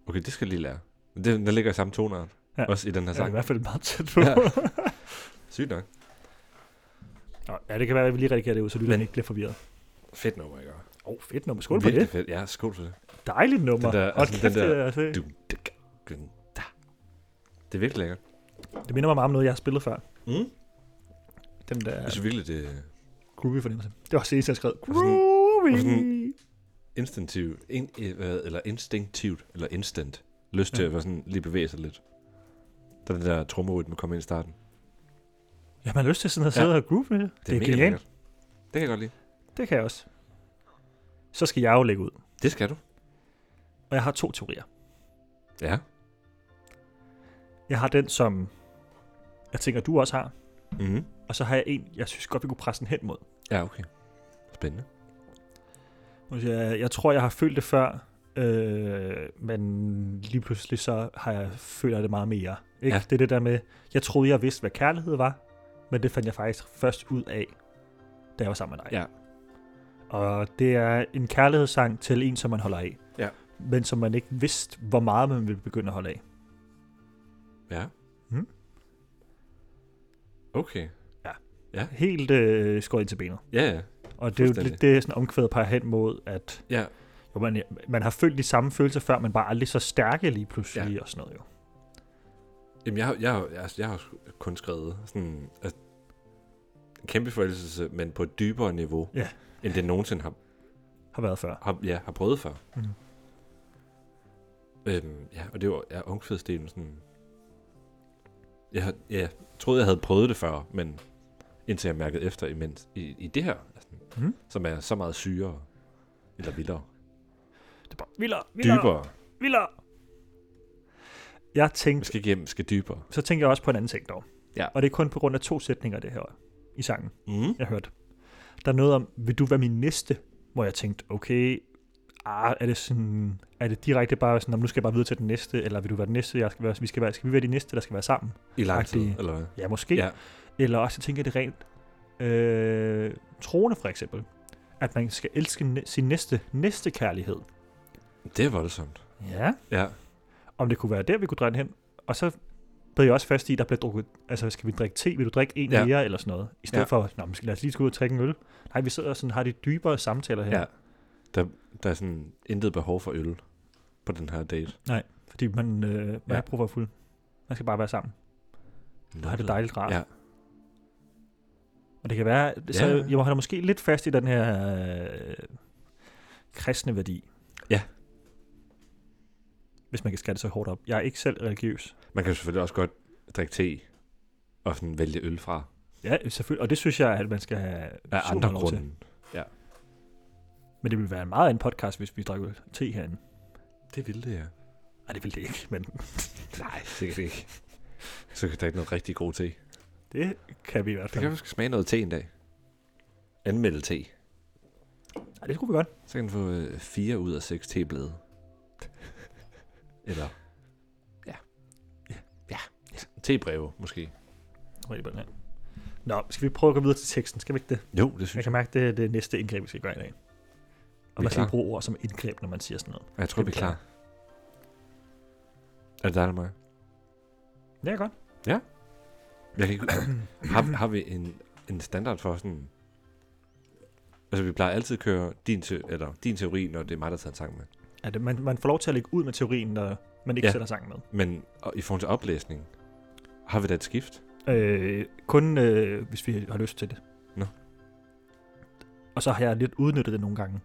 [SPEAKER 2] Okay, det skal jeg lige lære. Det, der ligger i samme toneart.
[SPEAKER 1] Ja.
[SPEAKER 2] Ja. Også i den her
[SPEAKER 1] Det er i
[SPEAKER 2] sang.
[SPEAKER 1] hvert fald meget tæt på.
[SPEAKER 2] Ja.
[SPEAKER 1] Ja.
[SPEAKER 2] Sygt nok.
[SPEAKER 1] Nå, ja, det kan være, at vi lige redigerer det ud, så lytteren ikke bliver forvirret.
[SPEAKER 2] Fedt nummer, ikke?
[SPEAKER 1] Åh, oh, fedt nummer. Skål for
[SPEAKER 2] Virkelig
[SPEAKER 1] det.
[SPEAKER 2] fedt. Ja, skål for det.
[SPEAKER 1] Dejligt nummer.
[SPEAKER 2] Den der-
[SPEAKER 1] Hold
[SPEAKER 2] altså,
[SPEAKER 1] kæft,
[SPEAKER 2] den
[SPEAKER 1] det
[SPEAKER 2] der-
[SPEAKER 1] er altså-
[SPEAKER 2] Du, det, gun, da. det er virkelig lækkert.
[SPEAKER 1] Det minder mig meget om noget, jeg har spillet før.
[SPEAKER 2] Mm.
[SPEAKER 1] Den der
[SPEAKER 2] Jeg synes virkelig, det er
[SPEAKER 1] groovy fornemmelse. Det var senest, jeg skrev.
[SPEAKER 2] sådan-
[SPEAKER 1] Groovy!
[SPEAKER 2] Altså- og sådan- instinktivt, in, eh, hvad- eller instinktivt, eller instant, lyst til
[SPEAKER 1] Ja.
[SPEAKER 2] at være sådan, lige bevæge sig lidt. Da den der trommerytme kom ind i starten. Det
[SPEAKER 1] Ja, man har lyst til sådan at sidde ja. og groove med det. Det, det er genialt.
[SPEAKER 2] lækkert. Det kan jeg godt lide.
[SPEAKER 1] Det kan jeg også. Så skal jeg jo lægge ud.
[SPEAKER 2] Det skal du.
[SPEAKER 1] Og jeg har to teorier.
[SPEAKER 2] Ja.
[SPEAKER 1] Jeg har den, som jeg tænker, du også har.
[SPEAKER 2] Mm-hmm.
[SPEAKER 1] Og så har jeg en, jeg synes godt, vi kunne presse den hen mod.
[SPEAKER 2] Ja, okay. Spændende.
[SPEAKER 1] Hun siger, Jeg tror, jeg har følt det før, øh, men lige pludselig så har jeg, føler jeg det meget mere. Ikke?
[SPEAKER 2] Ja.
[SPEAKER 1] Ja. Det er det der med, jeg troede, jeg vidste, hvad kærlighed var, men det fandt jeg faktisk først ud af, da jeg var sammen med dig.
[SPEAKER 2] Ja.
[SPEAKER 1] Og det er en kærlighedssang til en, som man holder af.
[SPEAKER 2] Ja.
[SPEAKER 1] Men som man ikke vidste, hvor meget man ville begynde at holde af.
[SPEAKER 2] Ja.
[SPEAKER 1] Mhm.
[SPEAKER 2] Okay.
[SPEAKER 1] Helt øh, skåret ind til benet.
[SPEAKER 2] Ja, ja.
[SPEAKER 1] Og det er jo
[SPEAKER 2] Fuldstændig.
[SPEAKER 1] lidt det, sådan omkvædet peger hen mod, at
[SPEAKER 2] Ja,
[SPEAKER 1] jo, man, man har følt de samme følelser før, men bare aldrig så stærke lige pludselig ja. og sådan noget jo.
[SPEAKER 2] Jamen, jeg, har- jeg, har- jeg, altså, jeg har sgu kun skrevet sådan... Altså, en kæmpe forelskelse, men på et dybere niveau,
[SPEAKER 1] Ja.
[SPEAKER 2] end det nogensinde har,
[SPEAKER 1] Har været før.
[SPEAKER 2] har, ja, har prøvet før.
[SPEAKER 1] Mhm.
[SPEAKER 2] Øhm, ja, og det var ja, ungfedsdelen sådan... Jeg, har- jeg troede, jeg havde prøvet det før, men indtil jeg mærkede efter imens, i, i det her, altså,
[SPEAKER 1] Mhm.
[SPEAKER 2] som er så meget syrere, eller vildere,
[SPEAKER 1] Det er bare vildere, vildere,
[SPEAKER 2] dybere.
[SPEAKER 1] vildere. Jeg
[SPEAKER 2] Vi
[SPEAKER 1] tænkte,
[SPEAKER 2] skal ikke hjem, vi skal dybere.
[SPEAKER 1] så tænkte jeg også på en anden ting dog.
[SPEAKER 2] Ja.
[SPEAKER 1] Og det er kun på grund af to sætninger, det her i sangen,
[SPEAKER 2] Mm.
[SPEAKER 1] jeg hørte. Der er noget om, vil du være min næste? Hvor jeg tænkte, okay, ah, er det sådan, er det direkte bare sådan, "Nå, nu skal jeg bare videre til den næste, eller vil du være den næste, jeg skal være, vi skal være, skal vi være de næste, der skal være sammen?
[SPEAKER 2] I lang tid,
[SPEAKER 1] Agtige.
[SPEAKER 2] eller hvad?
[SPEAKER 1] Ja, måske.
[SPEAKER 2] Ja.
[SPEAKER 1] Eller også, jeg tænker det er rent øh, troende for eksempel, at man skal elske næ- sin næste, næste kærlighed.
[SPEAKER 2] Det er voldsomt.
[SPEAKER 1] Ja.
[SPEAKER 2] Ja.
[SPEAKER 1] om det kunne være der, vi kunne dreje den hen. Og så bed jeg også fast i, der blev drukket, altså skal vi drikke te, vil du drikke en
[SPEAKER 2] Ja.
[SPEAKER 1] ja. mere eller sådan noget? I stedet
[SPEAKER 2] Ja.
[SPEAKER 1] ja. for, Nå, men skal- lad os lige gå ud og drikke en øl. Nej, vi sidder og sådan, har de dybere samtaler her,
[SPEAKER 2] Ja. Der, der er sådan intet behov for øl på den her date.
[SPEAKER 1] fordi man, øh, man
[SPEAKER 2] Ja.
[SPEAKER 1] ja. er proverfuld. Man skal bare være sammen.
[SPEAKER 2] Nå,
[SPEAKER 1] Og har det dejligt rart.
[SPEAKER 2] Ja.
[SPEAKER 1] Og det kan være, så
[SPEAKER 2] Ja, ja.
[SPEAKER 1] jeg jeg holder måske lidt fast i den her øh, kristne værdi.
[SPEAKER 2] Ja.
[SPEAKER 1] Hvis man kan skære det så hårdt op. Jeg er ikke selv religiøs.
[SPEAKER 2] Man kan jo selvfølgelig også godt drikke te og sådan vælge øl fra
[SPEAKER 1] Ja, selvfølgelig. Og det synes jeg, at man skal have
[SPEAKER 2] af
[SPEAKER 1] super
[SPEAKER 2] andre
[SPEAKER 1] meget lov til.
[SPEAKER 2] grunde.
[SPEAKER 1] Men det ville være en meget anden podcast, hvis vi drak øl- te herinde.
[SPEAKER 2] Det ville det, ja.
[SPEAKER 1] Nej, det ville det ikke, men
[SPEAKER 2] Nej, sikkert ikke. Så kan jeg drikke noget rigtig god te. Det
[SPEAKER 1] det kan vi i hvert
[SPEAKER 2] kan
[SPEAKER 1] fald.
[SPEAKER 2] være,
[SPEAKER 1] Det,
[SPEAKER 2] vi skal smage noget te en dag. Anmelde te.
[SPEAKER 1] Ej, det skulle vi godt.
[SPEAKER 2] Så kan den få øh, fire ud af seks teblade. Eller... Ja.
[SPEAKER 1] Ja.
[SPEAKER 2] Ja. Tebreve, måske.
[SPEAKER 1] Rigtig på den her. Nå, skal vi prøve at gå videre til teksten? Skal vi ikke det?
[SPEAKER 2] Jo, det synes
[SPEAKER 1] Jeg
[SPEAKER 2] jeg.
[SPEAKER 1] kan mærke, det er det næste indgreb, vi skal gøre i dag. Og
[SPEAKER 2] Vi er
[SPEAKER 1] man skal
[SPEAKER 2] klar.
[SPEAKER 1] ikke bruge ord som indgreb, når man siger sådan noget.
[SPEAKER 2] Og Jeg tror, vi er klar. Er det dig eller mig?
[SPEAKER 1] Det er godt.
[SPEAKER 2] Jeg kan ikke... har, har vi en, en standard for sådan... Altså, vi plejer altid at køre din, te, eller din teori, når det er mig, der tager en sang med.
[SPEAKER 1] Ja, det, man, man får lov til at lægge ud med teorien, når man ikke
[SPEAKER 2] Ja.
[SPEAKER 1] ja. sætter sangen med.
[SPEAKER 2] Men og, i forhold til oplæsning, har vi da et skift?
[SPEAKER 1] Øh, kun øh, hvis vi har lyst til det.
[SPEAKER 2] Nå.
[SPEAKER 1] Og så har jeg lidt udnyttet det nogle gange.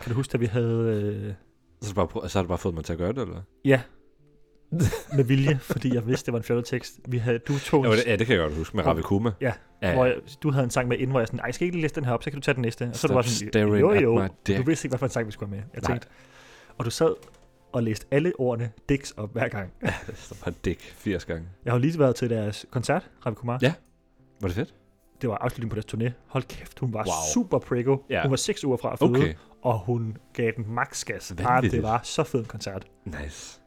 [SPEAKER 1] kan du huske, da vi havde... Øh,
[SPEAKER 2] Så, er det bare, prøv- så har du bare fået mig til at gøre det, eller hvad?
[SPEAKER 1] Ja. med vilje, fordi jeg vidste, det var en fjollet tekst. Vi havde, du tog en,
[SPEAKER 2] Jo, det, ja, det kan jeg godt huske med Ravi Kuma.
[SPEAKER 1] Ja,
[SPEAKER 2] ja.
[SPEAKER 1] hvor jeg, du havde en sang med inden, hvor jeg sådan, ej, jeg skal ikke lige læse den her op, så kan du tage den næste. Og så
[SPEAKER 2] Stop
[SPEAKER 1] var du sådan,
[SPEAKER 2] staring
[SPEAKER 1] jo
[SPEAKER 2] at
[SPEAKER 1] jo,
[SPEAKER 2] my dick.
[SPEAKER 1] du vidste ikke, hvad for en sang vi skulle have med. Jeg
[SPEAKER 2] Nej.
[SPEAKER 1] tænkte, og du sad og læste alle ordene dicks op hver gang.
[SPEAKER 2] Så bare altså, dæk 80 gange.
[SPEAKER 1] Jeg har jo lige været til deres koncert, Ravi Kumar.
[SPEAKER 2] Ja. Var det fedt?
[SPEAKER 1] Det var afslutningen på deres turné. Hold kæft, hun var
[SPEAKER 2] Wow.
[SPEAKER 1] super prego.
[SPEAKER 2] Ja.
[SPEAKER 1] Hun var seks uger fra at føde,
[SPEAKER 2] Okay.
[SPEAKER 1] og hun gav den max gas. Ah,
[SPEAKER 2] Vanvittigt.
[SPEAKER 1] det var så fed en koncert.
[SPEAKER 2] Nice.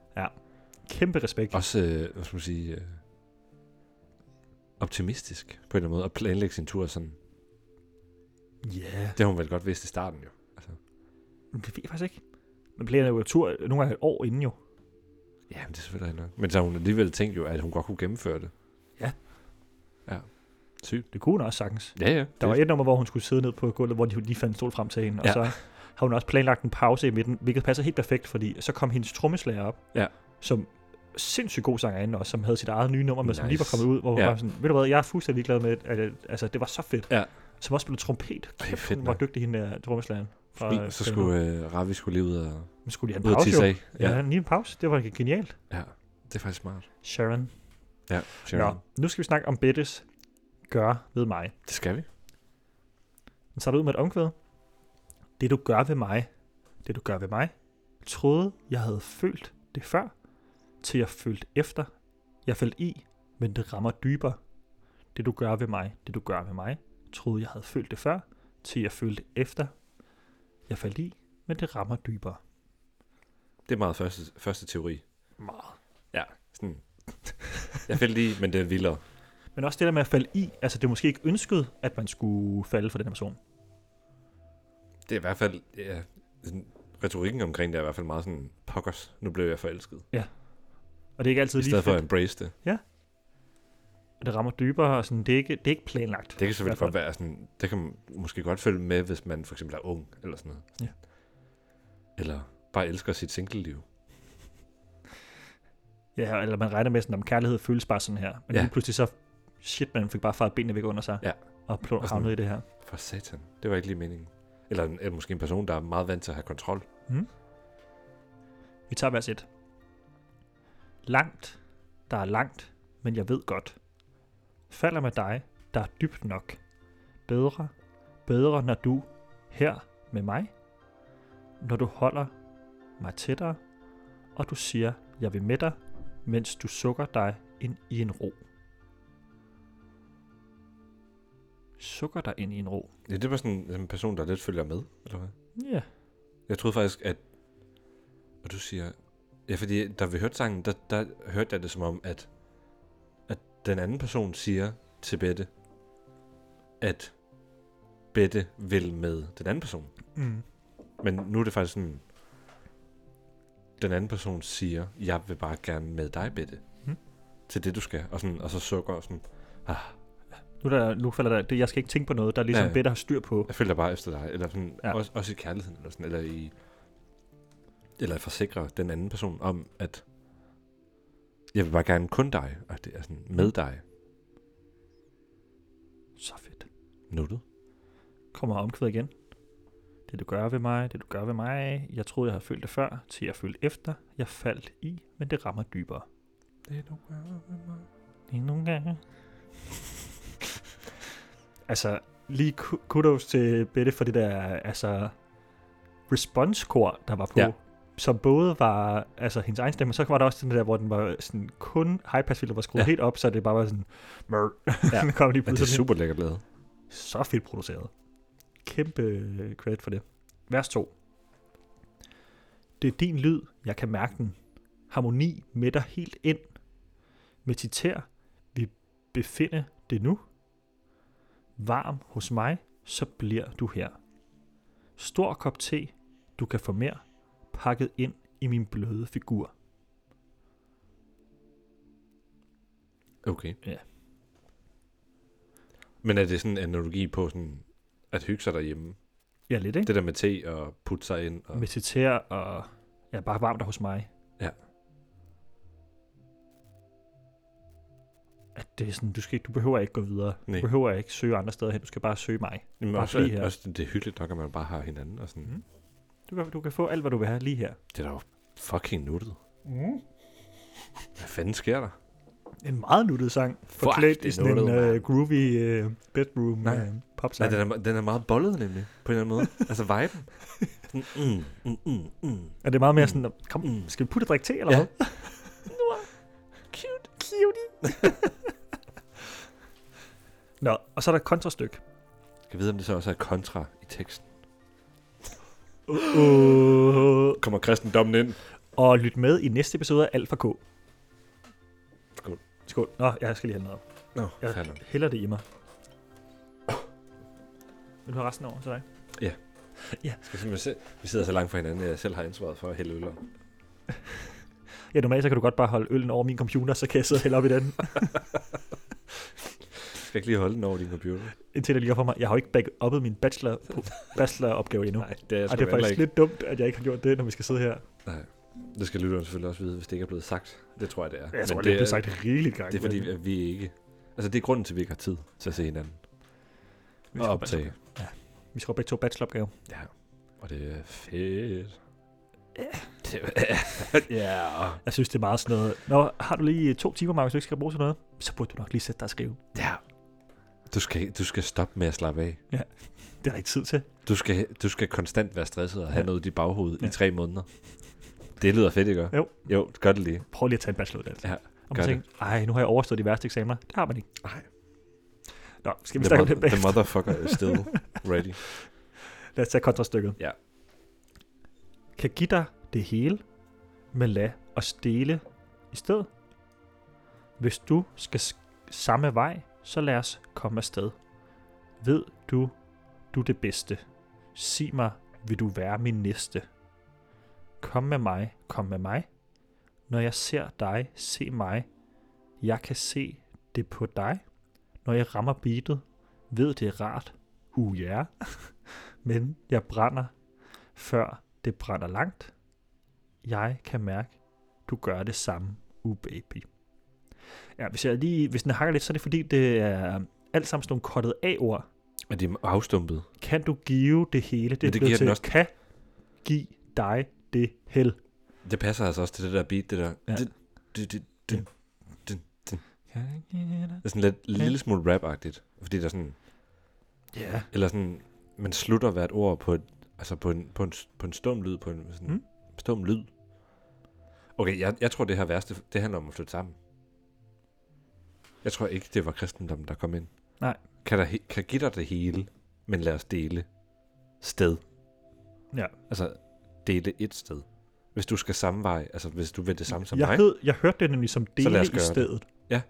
[SPEAKER 1] Kæmpe respekt.
[SPEAKER 2] Også, øh, hvad skal man sige, øh, optimistisk på en eller anden måde, at planlægge sin tur sådan.
[SPEAKER 1] Ja,
[SPEAKER 2] Det har hun vel godt vidst i starten jo.
[SPEAKER 1] men det ved jeg faktisk ikke. Man planer jo tur nogle gange et år inden jo.
[SPEAKER 2] Ja, men det er selvfølgelig rigtig nok. Men så har hun alligevel tænkt jo, at hun godt kunne gennemføre det.
[SPEAKER 1] Ja.
[SPEAKER 2] Ja. Sygt.
[SPEAKER 1] Det kunne hun også sagtens.
[SPEAKER 2] Ja, ja.
[SPEAKER 1] Der
[SPEAKER 2] Det-
[SPEAKER 1] var et nummer, hvor hun skulle sidde ned på gulvet, hvor de lige fandt en stol frem til hende, og
[SPEAKER 2] Ja.
[SPEAKER 1] så har hun også planlagt en pause i midten, hvilket passer helt perfekt, fordi så kom hendes trommeslager op,
[SPEAKER 2] Ja.
[SPEAKER 1] som sindssygt god sangerinde også, som havde sit eget nye nummer med, som lige var
[SPEAKER 2] Nice.
[SPEAKER 1] kommet ud, hvor hun
[SPEAKER 2] Ja.
[SPEAKER 1] var sådan, ved du hvad, jeg er fuldstændig ligeglad med, at, at, altså det var så fedt.
[SPEAKER 2] Ja.
[SPEAKER 1] Som også spillede trompet.
[SPEAKER 2] Ej,
[SPEAKER 1] Kæft,
[SPEAKER 2] fedt
[SPEAKER 1] hun var
[SPEAKER 2] nok.
[SPEAKER 1] dygtig, hende der trommeslageren. fra, øh,
[SPEAKER 2] Fint. Så
[SPEAKER 1] Finland.
[SPEAKER 2] skulle øh, Ravi skulle lige ud og,
[SPEAKER 1] Men skulle de have
[SPEAKER 2] ud
[SPEAKER 1] en
[SPEAKER 2] og
[SPEAKER 1] pause
[SPEAKER 2] tisse
[SPEAKER 1] jo?
[SPEAKER 2] af.
[SPEAKER 1] Ja, lige en pause. Det var genialt.
[SPEAKER 2] ja. Det er faktisk smart.
[SPEAKER 1] Sharon.
[SPEAKER 2] Ja,
[SPEAKER 1] Nå,
[SPEAKER 2] Sharon.
[SPEAKER 1] nu skal vi snakke om Bettes gør ved mig.
[SPEAKER 2] Det skal vi.
[SPEAKER 1] Den starter ud med et omkvæd. Det du gør ved mig, det du gør ved mig, troede jeg havde følt det før, til jeg følte efter. Jeg faldt i, men det rammer dybere. Det du gør ved mig, det du gør ved mig, troede jeg havde følt det før, til jeg følte efter. Jeg faldt i, men det rammer dybere.
[SPEAKER 2] Det er meget første, første teori.
[SPEAKER 1] Meget.
[SPEAKER 2] Ja. Sådan. Jeg faldt lige, men det er vildere.
[SPEAKER 1] Men også det der med at falde i, altså det er måske ikke ønsket, at man skulle falde for den her person.
[SPEAKER 2] Det er i hvert fald, ja, sådan, retorikken omkring det er i hvert fald meget sådan, pokkers, nu blev jeg forelsket.
[SPEAKER 1] Og det er ikke altid
[SPEAKER 2] I
[SPEAKER 1] lige
[SPEAKER 2] stedet for at
[SPEAKER 1] fedt,
[SPEAKER 2] embrace det.
[SPEAKER 1] at det rammer dybere, og sådan, det, er ikke, det er ikke planlagt.
[SPEAKER 2] Det kan selvfølgelig
[SPEAKER 1] I hvert
[SPEAKER 2] godt være sådan, det kan man måske godt følge med, hvis man for eksempel er ung, eller sådan noget.
[SPEAKER 1] Ja.
[SPEAKER 2] Eller bare elsker sit single-liv.
[SPEAKER 1] Ja, eller man regner med sådan, om kærlighed føles bare sådan her. Men
[SPEAKER 2] Ja.
[SPEAKER 1] ja. lige pludselig så, shit, man fik bare faret benene væk under sig.
[SPEAKER 2] Ja.
[SPEAKER 1] Og plå,
[SPEAKER 2] Og sådan-
[SPEAKER 1] havnede i det her.
[SPEAKER 2] For satan, det var ikke lige meningen. Eller, en- eller måske en person, der er meget vant til at have kontrol.
[SPEAKER 1] Vi tager hver sit. Langt, der er langt, men jeg ved godt. Falder med dig, der er dybt nok. Bedre, bedre når du her med mig. Når du holder mig tættere, og du siger, jeg vil med dig, mens du sukker dig ind i en ro. Sukker dig ind i en ro.
[SPEAKER 2] Ja, det var sådan en person, der lidt følger med, eller hvad?
[SPEAKER 1] Ja.
[SPEAKER 2] Jeg troede faktisk, at... Og du siger... Ja, fordi da vi hørte sangen, der, der hørte jeg det som om, at, at den anden person siger til Bette, at Bette vil med den anden person.
[SPEAKER 1] Mm.
[SPEAKER 2] Men nu er det faktisk sådan, den anden person siger, jeg vil bare gerne med dig, Bette,
[SPEAKER 1] Mm.
[SPEAKER 2] hmm? til det, du skal. Og, sådan, og så sukker og sådan, ah,
[SPEAKER 1] Nu, er der, nu falder der, det, jeg skal ikke tænke på noget, der er ligesom
[SPEAKER 2] Ja,
[SPEAKER 1] ja.
[SPEAKER 2] ja.
[SPEAKER 1] bedre har styr på.
[SPEAKER 2] jeg følger bare efter dig, eller sådan,
[SPEAKER 1] Ja.
[SPEAKER 2] ja. også, også i kærligheden, eller sådan, eller i, eller forsikre den anden person om, at jeg vil bare gerne kun dig, og det er sådan med dig,
[SPEAKER 1] Så fedt.
[SPEAKER 2] nuttet.
[SPEAKER 1] kommer omkvædet igen. Det du gør ved mig, det du gør ved mig. Jeg troede, jeg havde følt det før, til jeg følte efter. Jeg faldt i, men det rammer dybere.
[SPEAKER 2] Det du gør med mig.
[SPEAKER 1] Lige nogle gange. altså, lige ku- kudos til Bette for det der, altså, response-kor, der var på.
[SPEAKER 2] Ja.
[SPEAKER 1] Ja. Som både var altså, hendes egen stemme, men så var der også den der, hvor den var sådan, kun high pass var skruet
[SPEAKER 2] Ja.
[SPEAKER 1] ja. helt op, så det bare var sådan, mør, ja. den kom lige
[SPEAKER 2] Ja, det er
[SPEAKER 1] pludselig.
[SPEAKER 2] super lækkert lavet.
[SPEAKER 1] Så fedt produceret. Kæmpe øh, credit for det. Vers 2. Det er din lyd, jeg kan mærke den. Harmoni med dig helt ind. Mediter, vi befinder det nu. Varm hos mig, så bliver du her. Stor kop te, du kan få mere, pakket ind i min bløde figur.
[SPEAKER 2] Okay.
[SPEAKER 1] Ja.
[SPEAKER 2] Men er det sådan en analogi på sådan, at hygge sig derhjemme?
[SPEAKER 1] Ja, lidt, ikke?
[SPEAKER 2] Det der med te og putte sig ind. Og...
[SPEAKER 1] Mediter og ja, bare varm dig hos mig.
[SPEAKER 2] Ja.
[SPEAKER 1] At det er sådan, du, skal, ikke- du behøver ikke gå videre.
[SPEAKER 2] Nej.
[SPEAKER 1] Du behøver ikke søge andre steder hen. Du skal bare søge mig.
[SPEAKER 2] Jamen,
[SPEAKER 1] bare
[SPEAKER 2] også,
[SPEAKER 1] blive her.
[SPEAKER 2] også, det er hyggeligt nok, at man bare har hinanden. Og sådan.
[SPEAKER 1] Mm. Du kan, du kan få alt, hvad du vil have lige her.
[SPEAKER 2] Det er da jo fucking nuttet.
[SPEAKER 1] Mm.
[SPEAKER 2] Hvad fanden sker der?
[SPEAKER 1] En meget nuttet sang, forklædt i
[SPEAKER 2] det
[SPEAKER 1] sådan en
[SPEAKER 2] nuttede,
[SPEAKER 1] uh,
[SPEAKER 2] mand.
[SPEAKER 1] groovy uh, bedroom
[SPEAKER 2] Nej.
[SPEAKER 1] uh,
[SPEAKER 2] Nej,
[SPEAKER 1] popsang.
[SPEAKER 2] den er, den er meget bollet nemlig, på en eller anden måde. altså viben. Sådan, mm, mm, mm, mm.
[SPEAKER 1] Er det meget mere sådan, kom,
[SPEAKER 2] Mm.
[SPEAKER 1] skal vi putte og drikke te, eller ja. hvad?
[SPEAKER 2] Cute.
[SPEAKER 1] Cutie. Nå, og så er der et kontrastykke.
[SPEAKER 2] Jeg ved, om det så også er kontra i teksten.
[SPEAKER 1] Uh,
[SPEAKER 2] Kommer kristendommen ind?
[SPEAKER 1] og lyt med i næste episode af Alt for K.
[SPEAKER 2] Skål.
[SPEAKER 1] Skål. Nå, jeg skal lige have noget. op.
[SPEAKER 2] Nå,
[SPEAKER 1] Jeg
[SPEAKER 2] fair nok.
[SPEAKER 1] hælder det i mig. Vil du have resten over til dig?
[SPEAKER 2] Skal simpelthen se. Vi sidder så langt fra hinanden, at jeg selv har ansvaret for at hælde øl op.
[SPEAKER 1] Ja, normalt så kan du godt bare holde øllen over min computer, så kan jeg sidde og hælde op i den,
[SPEAKER 2] Jeg skal ikke lige holde den over din computer.
[SPEAKER 1] indtil det ligger for mig. Jeg har jo ikke backet uppet min bachelor, bacheloropgave endnu.
[SPEAKER 2] Nej, det er
[SPEAKER 1] og
[SPEAKER 2] jeg sgu
[SPEAKER 1] det er
[SPEAKER 2] heller
[SPEAKER 1] faktisk
[SPEAKER 2] ikke.
[SPEAKER 1] lidt dumt, at jeg ikke har gjort det, når vi skal sidde her.
[SPEAKER 2] Nej. Det skal lytteren selvfølgelig også vide, hvis det ikke er blevet sagt. Det tror jeg, det er.
[SPEAKER 1] Jeg tror, det,
[SPEAKER 2] det
[SPEAKER 1] er blevet sagt rigeligt gang.
[SPEAKER 2] Det er fordi, øh, at vi ikke... Altså, det er grunden til, at vi ikke har tid til at se hinanden.
[SPEAKER 1] vi
[SPEAKER 2] Og
[SPEAKER 1] skal,
[SPEAKER 2] optage.
[SPEAKER 1] vi skal begge to bacheloropgave.
[SPEAKER 2] Ja. Og det er fedt. Ja. Ja.
[SPEAKER 1] Jeg synes, det er meget sådan noget. Nå, har du lige to timer, Markus, du ikke skal bruge til noget? Så burde du nok lige sætte dig og skrive.
[SPEAKER 2] Ja. Du skal, du skal stoppe med at slappe af.
[SPEAKER 1] Det er der ikke tid til.
[SPEAKER 2] Du skal, du skal konstant være stresset og have
[SPEAKER 1] Ja.
[SPEAKER 2] noget i dit baghoved
[SPEAKER 1] Ja.
[SPEAKER 2] i tre måneder. Det lyder fedt, ikke?
[SPEAKER 1] Jo.
[SPEAKER 2] Jo, gør det lige.
[SPEAKER 1] Prøv lige at tage en bacheloruddannelse.
[SPEAKER 2] Ja,
[SPEAKER 1] og
[SPEAKER 2] gør
[SPEAKER 1] man tænker, ej, nu har jeg overstået de værste eksamener. Det har man ikke.
[SPEAKER 2] Nej.
[SPEAKER 1] Nå, skal vi
[SPEAKER 2] The,
[SPEAKER 1] snakke om
[SPEAKER 2] mo-
[SPEAKER 1] det
[SPEAKER 2] the
[SPEAKER 1] bagefter?
[SPEAKER 2] motherfucker is still ready.
[SPEAKER 1] Lad os tage kontrastykket.
[SPEAKER 2] Ja.
[SPEAKER 1] Kan give dig det hele, men lad og stille i stedet. Hvis du skal s- samme vej, så lad os komme afsted. Ved du, du er det bedste. Sig mig, vil du være min næste. Kom med mig, kom med mig. Når jeg ser dig, se mig. Jeg kan se det på dig. Når jeg rammer beatet, ved det er rart. Uh, ja. Yeah men jeg brænder, før det brænder langt. Jeg kan mærke, du gør det samme, uh baby. Ja, hvis, jeg lige, hvis den hakker lidt, så er det fordi, det er alt sammen sådan nogle kottet af-ord.
[SPEAKER 2] Men de er afstumpet.
[SPEAKER 1] Kan du give det hele? Det er
[SPEAKER 2] Men det
[SPEAKER 1] blevet
[SPEAKER 2] giver
[SPEAKER 1] til,
[SPEAKER 2] den også-
[SPEAKER 1] kan give dig det hel.
[SPEAKER 2] Det passer altså også til det der beat, det der.
[SPEAKER 1] Ja.
[SPEAKER 2] Ja. Det, det, det, det, det, det.
[SPEAKER 1] Ja.
[SPEAKER 2] er sådan lidt en lille smule rap-agtigt. Fordi der er sådan,
[SPEAKER 1] ja.
[SPEAKER 2] eller sådan, man slutter hvert ord på, et, altså på, en, på, en, på en stum lyd, på en sådan,
[SPEAKER 1] Mm.
[SPEAKER 2] mm. stum lyd. Okay, jeg, jeg tror, det her værste, det handler om at flytte sammen. Jeg tror ikke, det var kristendommen, der kom ind.
[SPEAKER 1] Nej.
[SPEAKER 2] Kan, der, he- kan give dig det hele, men lad os dele sted.
[SPEAKER 1] Ja.
[SPEAKER 2] Altså, dele et sted. Hvis du skal samme vej, altså hvis du vil det samme som
[SPEAKER 1] Jeg,
[SPEAKER 2] mig,
[SPEAKER 1] hed, jeg hørte det nemlig som
[SPEAKER 2] lad
[SPEAKER 1] dele
[SPEAKER 2] os
[SPEAKER 1] i
[SPEAKER 2] gøre det.
[SPEAKER 1] stedet. Det.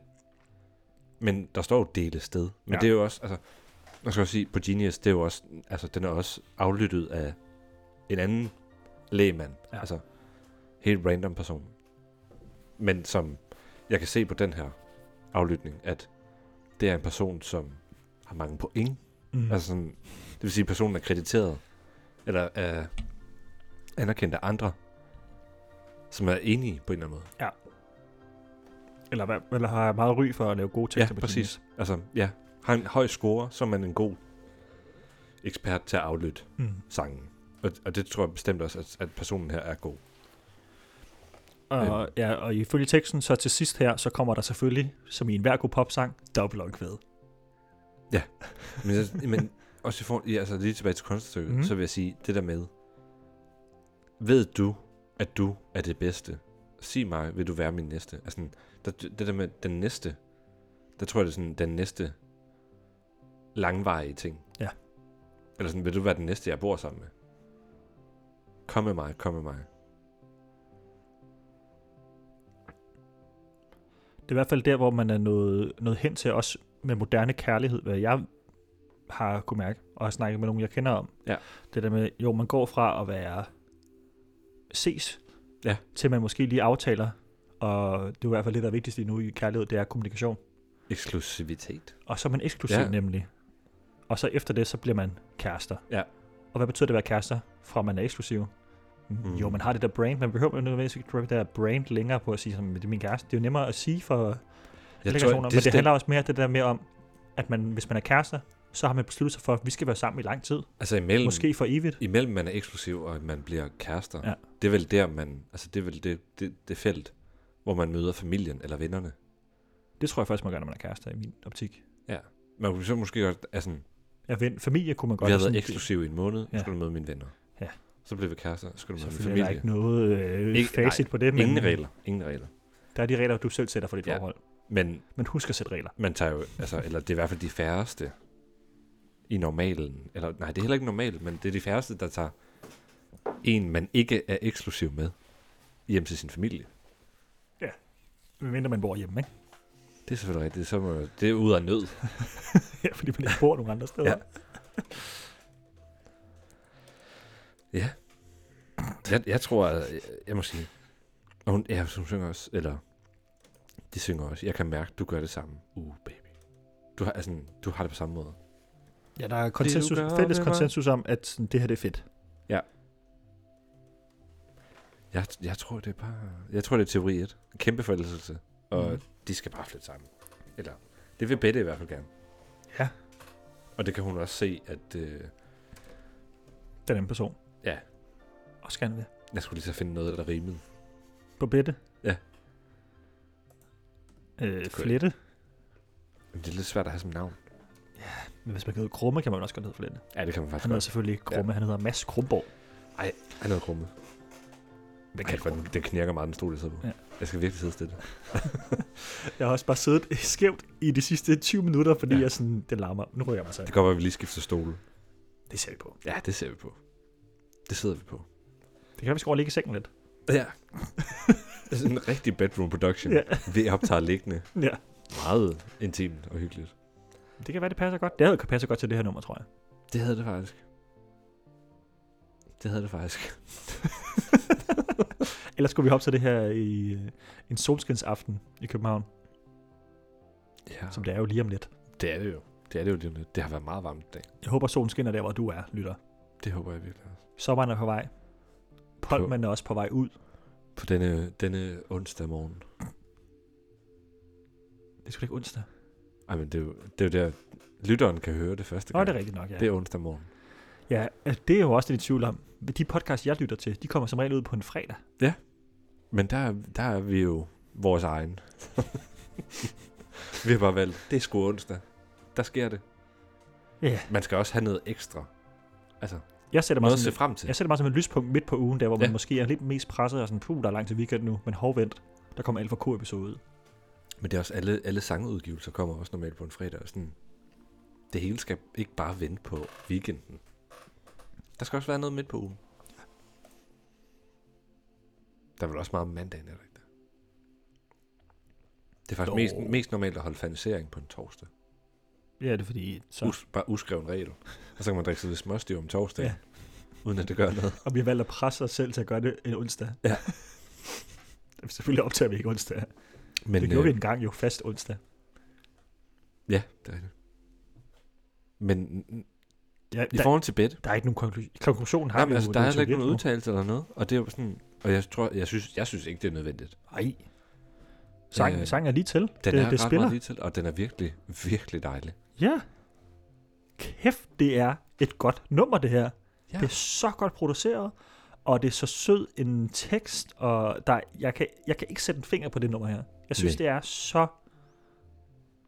[SPEAKER 2] men der står jo dele sted. Men
[SPEAKER 1] Ja.
[SPEAKER 2] ja. det er jo også, altså, man skal også sige, på Genius, det er jo også, altså, den er også aflyttet af en anden lægemand.
[SPEAKER 1] Ja.
[SPEAKER 2] Ja. Altså, helt random person. Men som jeg kan se på den her aflytning, at det er en person, som har mange point. Mm.
[SPEAKER 1] Mm.
[SPEAKER 2] Altså sådan, det vil sige, at personen er krediteret, eller er anerkendt af andre, som er enige på en eller anden måde.
[SPEAKER 1] Eller, hvad- eller har jeg meget ry for at lave gode tekster på
[SPEAKER 2] Ja, præcis. Altså, ja. Har en høj score, så er man en god ekspert til at aflytte
[SPEAKER 1] Genius. Mm.
[SPEAKER 2] sangen. Og, og det tror jeg bestemt også, at, at personen her er god.
[SPEAKER 1] Og, ja, og ifølge teksten, så til sidst her, så kommer der selvfølgelig, som i enhver god popsang, dobbelt omkvæd.
[SPEAKER 2] Men, jeg- men også i forhold, ja, altså lige tilbage til kunststykket,
[SPEAKER 1] Mhm.
[SPEAKER 2] mm. så vil jeg sige det der med, ved du, at du er det bedste? Sig mig, vil du være min næste? Altså, sådan, der, det der med den næste, der tror jeg, det er sådan den næste langvarige ting.
[SPEAKER 1] Ja.
[SPEAKER 2] Eller sådan, vil du være den næste, jeg bor sammen med? Kom med mig, kom med mig.
[SPEAKER 1] Det er i hvert fald der, hvor man er nået, nået hen til også med moderne kærlighed, hvad jeg har kunne mærke, og har snakket med nogen, jeg kender om.
[SPEAKER 2] Ja.
[SPEAKER 1] Det der med, jo, man går fra at være ses,
[SPEAKER 2] Ja.
[SPEAKER 1] til man måske lige aftaler, og det er jo i hvert fald det, der er vigtigst lige nu i kærlighed, det er kommunikation.
[SPEAKER 2] Eksklusivitet.
[SPEAKER 1] Og så er man eksklusiv ja.
[SPEAKER 2] Ja.
[SPEAKER 1] nemlig. Og så efter det, så bliver man kærester.
[SPEAKER 2] Ja.
[SPEAKER 1] Og hvad betyder det at være kærester, fra man er eksklusiv? Mm.
[SPEAKER 2] Mm.
[SPEAKER 1] Jo, man har det der brand. Man behøver jo nødvendigvis ikke det der brand længere på at sige, som, det er min kæreste. Det er jo nemmere at sige for jeg tror, personer, det men det
[SPEAKER 2] stem-
[SPEAKER 1] handler også mere det der med om, at man, hvis man er kærester, så har man besluttet sig for, at vi skal være sammen i lang tid. Mm.
[SPEAKER 2] altså imellem,
[SPEAKER 1] Måske for evigt.
[SPEAKER 2] imellem man er eksklusiv og at man bliver kærester,
[SPEAKER 1] Ja.
[SPEAKER 2] ja. det er vel der man, altså det er vel det, det, det felt, hvor man møder familien eller vennerne.
[SPEAKER 1] Det tror jeg først, man gør, når man er kærester i min optik.
[SPEAKER 2] Man kunne så måske godt, altså, vi
[SPEAKER 1] Ja, ven, familie kunne man godt...
[SPEAKER 2] har
[SPEAKER 1] have
[SPEAKER 2] været
[SPEAKER 1] sådan-
[SPEAKER 2] eksklusive i en måned, ja.
[SPEAKER 1] Ja.
[SPEAKER 2] nu skal du møde mine venner.
[SPEAKER 1] Ja.
[SPEAKER 2] Så blev vi kærester, så skulle du møde min
[SPEAKER 1] Selvfølgelig er der
[SPEAKER 2] familie.
[SPEAKER 1] ikke noget øh,
[SPEAKER 2] Ikke-
[SPEAKER 1] ikke, facit
[SPEAKER 2] nej,
[SPEAKER 1] på det, men
[SPEAKER 2] Ingen regler, ingen regler.
[SPEAKER 1] der er de regler, du selv sætter for dit
[SPEAKER 2] Ja.
[SPEAKER 1] ja. forhold.
[SPEAKER 2] Men
[SPEAKER 1] Men husk at sætte regler.
[SPEAKER 2] man tager jo, altså, eller det er i hvert fald de færreste i normalen, eller nej, det er heller ikke normalt, men det er de færreste, der tager en, man ikke er eksklusiv med, hjem til sin familie.
[SPEAKER 1] Medmindre man bor hjemme, ikke?
[SPEAKER 2] Det er selvfølgelig rigtigt, så må, det er ud af nød.
[SPEAKER 1] Ja, fordi man ikke bor nogen andre steder.
[SPEAKER 2] Ja. Ja. Jeg, jeg tror, at jeg, jeg må sige, og hun, ja, hun synger også, eller de synger også, jeg kan mærke, du gør det samme. Uh, baby. Du har, altså, du har det på samme måde.
[SPEAKER 1] ja der er konsensus,
[SPEAKER 2] gør,
[SPEAKER 1] fælles
[SPEAKER 2] det var-
[SPEAKER 1] konsensus om, at sådan, det her det er fedt.
[SPEAKER 2] Jeg, jeg tror, det er bare... Jeg tror, det er teori 1. En kæmpe forelskelse. Og mm.
[SPEAKER 1] Mhm.
[SPEAKER 2] de skal bare flytte sammen. Eller, det vil Bette i hvert fald gerne.
[SPEAKER 1] Ja.
[SPEAKER 2] Og det kan hun også se, at... Øh,
[SPEAKER 1] Den anden person.
[SPEAKER 2] Ja.
[SPEAKER 1] Også gerne vil.
[SPEAKER 2] jeg skulle lige så finde noget, der rimede.
[SPEAKER 1] På bedte.
[SPEAKER 2] Ja.
[SPEAKER 1] Øh,
[SPEAKER 2] kunne
[SPEAKER 1] flette.
[SPEAKER 2] Men det er lidt svært at have som navn.
[SPEAKER 1] Men hvis man kan hedde Krumme, kan man også godt hedde flette.
[SPEAKER 2] Ja, det kan man faktisk
[SPEAKER 1] Han hedder
[SPEAKER 2] godt.
[SPEAKER 1] selvfølgelig ikke Krumme, ja. han hedder Mads Krumborg.
[SPEAKER 2] Han hedder Krumme.
[SPEAKER 1] Hvad
[SPEAKER 2] Ej, for den, den knirker meget, den stol, jeg sidder på. Ja.
[SPEAKER 1] Ja.
[SPEAKER 2] Jeg skal virkelig sidde stille.
[SPEAKER 1] Jeg har også bare siddet skævt i de sidste 20 minutter, fordi
[SPEAKER 2] Ja.
[SPEAKER 1] ja. jeg sådan, det larmer. Nu ryger jeg mig så.
[SPEAKER 2] Det kan godt være, at vi lige skifter stole.
[SPEAKER 1] Det ser vi på.
[SPEAKER 2] Ja, det ser vi på. Det sidder vi på.
[SPEAKER 1] Det kan være, vi skal over og ligge i sengen lidt.
[SPEAKER 2] Ja. det er sådan en rigtig bedroom production.
[SPEAKER 1] Ja.
[SPEAKER 2] Ja. Vi optager liggende.
[SPEAKER 1] Ja.
[SPEAKER 2] Meget intimt og hyggeligt.
[SPEAKER 1] Det kan være, det passer godt. Det havde passer godt til det her nummer, tror jeg.
[SPEAKER 2] Det havde det faktisk. Det havde det faktisk.
[SPEAKER 1] Ellers skulle vi hoppe til det her i øh, en solskinsaften i København,
[SPEAKER 2] Ja,
[SPEAKER 1] som det er jo lige om lidt.
[SPEAKER 2] det er det jo. Det er det jo lige om lidt. Det har været meget varmt i dag.
[SPEAKER 1] Jeg håber, solen skinner der, hvor du er, lytter.
[SPEAKER 2] Det håber jeg virkelig også.
[SPEAKER 1] Sommeren er på vej. Polman er også på vej ud.
[SPEAKER 2] På denne, denne onsdag morgen.
[SPEAKER 1] Det er sgu da ikke onsdag.
[SPEAKER 2] Ej, men det er, jo, det er jo der, lytteren kan høre det første
[SPEAKER 1] Nå,
[SPEAKER 2] gang.
[SPEAKER 1] det er rigtigt nok, ja.
[SPEAKER 2] Det er onsdag morgen.
[SPEAKER 1] Ja, altså, det er jo også lidt i tvivl om. De podcast, jeg lytter til, de kommer som regel ud på en fredag.
[SPEAKER 2] Men der, er- der er vi jo vores egen. vi har bare valgt, det er sgu onsdag. Der sker det.
[SPEAKER 1] Ja.
[SPEAKER 2] Man skal også have noget ekstra. Altså,
[SPEAKER 1] Jeg sætter mig
[SPEAKER 2] noget at se
[SPEAKER 1] sådan,
[SPEAKER 2] frem til.
[SPEAKER 1] jeg sætter mig som et lyspunkt midt på ugen, der hvor man
[SPEAKER 2] Ja.
[SPEAKER 1] måske er lidt mest presset og sådan, puh, der er langt til weekend nu, men hårdvendt. Der kommer alt for K-episode ud.
[SPEAKER 2] Men det er også alle, alle sangudgivelser kommer også normalt på en fredag. Og sådan, det hele skal ikke bare vente på weekenden. Der skal også være noget midt på ugen. Der er vel også meget om mandagen, er der ikke det? Det er faktisk
[SPEAKER 1] Jo.
[SPEAKER 2] mest, mest normalt at holde fanisering på en torsdag.
[SPEAKER 1] Ja, det er fordi, så,
[SPEAKER 2] Us, bare uskreven regel. Og så kan man drikke sig lidt småstiv om torsdagen,
[SPEAKER 1] Ja.
[SPEAKER 2] uden at det gør noget.
[SPEAKER 1] og vi har valgt at presse os selv til at gøre det en onsdag.
[SPEAKER 2] Ja.
[SPEAKER 1] Selvfølgelig optager vi ikke onsdag.
[SPEAKER 2] Men, øh,
[SPEAKER 1] det gjorde vi en gang jo fast onsdag.
[SPEAKER 2] Ja, det er rigtigt. Men
[SPEAKER 1] Ja,
[SPEAKER 2] i
[SPEAKER 1] der,
[SPEAKER 2] forhold til bed,
[SPEAKER 1] der, er ikke nogen konklusion. Konklusionen har
[SPEAKER 2] Nej,
[SPEAKER 1] vi
[SPEAKER 2] men
[SPEAKER 1] jo,
[SPEAKER 2] altså,
[SPEAKER 1] det
[SPEAKER 2] der
[SPEAKER 1] er
[SPEAKER 2] er
[SPEAKER 1] jo
[SPEAKER 2] heller ikke
[SPEAKER 1] teoretisk
[SPEAKER 2] nogen
[SPEAKER 1] nu.
[SPEAKER 2] udtalelse eller noget, og det er jo sådan, og jeg tror, jeg synes, jeg synes ikke, det er nødvendigt.
[SPEAKER 1] Ej. Sang,
[SPEAKER 2] Øh,
[SPEAKER 1] øh, sang er lige til.
[SPEAKER 2] Den
[SPEAKER 1] Det,
[SPEAKER 2] er
[SPEAKER 1] det
[SPEAKER 2] ret
[SPEAKER 1] spiller.
[SPEAKER 2] meget lige til, og den er virkelig, virkelig dejlig.
[SPEAKER 1] Ja. Kæft, det er et godt nummer, det her.
[SPEAKER 2] Ja.
[SPEAKER 1] Ja. Det er så godt produceret, og det er så sød en tekst, og der, jeg, kan, jeg kan ikke sætte en finger på det nummer her. Jeg synes,
[SPEAKER 2] Nej.
[SPEAKER 1] Nej. det er så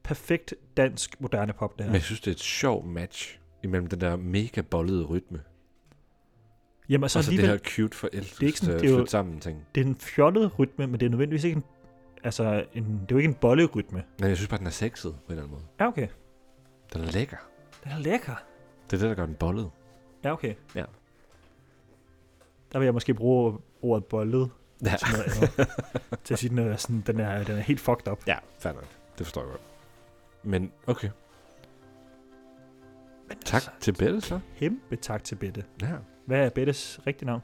[SPEAKER 1] perfekt dansk moderne pop, det
[SPEAKER 2] Ja.
[SPEAKER 1] her.
[SPEAKER 2] Men jeg synes, det er et sjovt match imellem den der mega bollede rytme,
[SPEAKER 1] Jamen,
[SPEAKER 2] så
[SPEAKER 1] altså,
[SPEAKER 2] og så det
[SPEAKER 1] alligevel,
[SPEAKER 2] her
[SPEAKER 1] det,
[SPEAKER 2] cute
[SPEAKER 1] Det er ikke
[SPEAKER 2] forelskelse,
[SPEAKER 1] sådan-
[SPEAKER 2] det
[SPEAKER 1] det er jo-
[SPEAKER 2] flytte sammen ting.
[SPEAKER 1] det er en fjollet rytme, men det er nødvendigvis ikke en, altså, en, det er jo ikke en bollerytme.
[SPEAKER 2] Men jeg synes bare, den er sexet på en eller anden måde.
[SPEAKER 1] Ja, okay.
[SPEAKER 2] Den er lækker.
[SPEAKER 1] Den er lækker.
[SPEAKER 2] Det er det, der gør den bollet.
[SPEAKER 1] Ja, okay.
[SPEAKER 2] Ja.
[SPEAKER 1] Der vil jeg måske bruge ordet bollet
[SPEAKER 2] Ja,
[SPEAKER 1] til noget andet. til at sige, den er, sådan, den, er, den er helt fucked up.
[SPEAKER 2] ja fair nok. Det forstår jeg godt. Men okay,
[SPEAKER 1] Men
[SPEAKER 2] tak
[SPEAKER 1] Altså,
[SPEAKER 2] til Bette så.
[SPEAKER 1] kæmpe tak til Bette.
[SPEAKER 2] Ja,
[SPEAKER 1] Hvad er Bettes rigtige navn?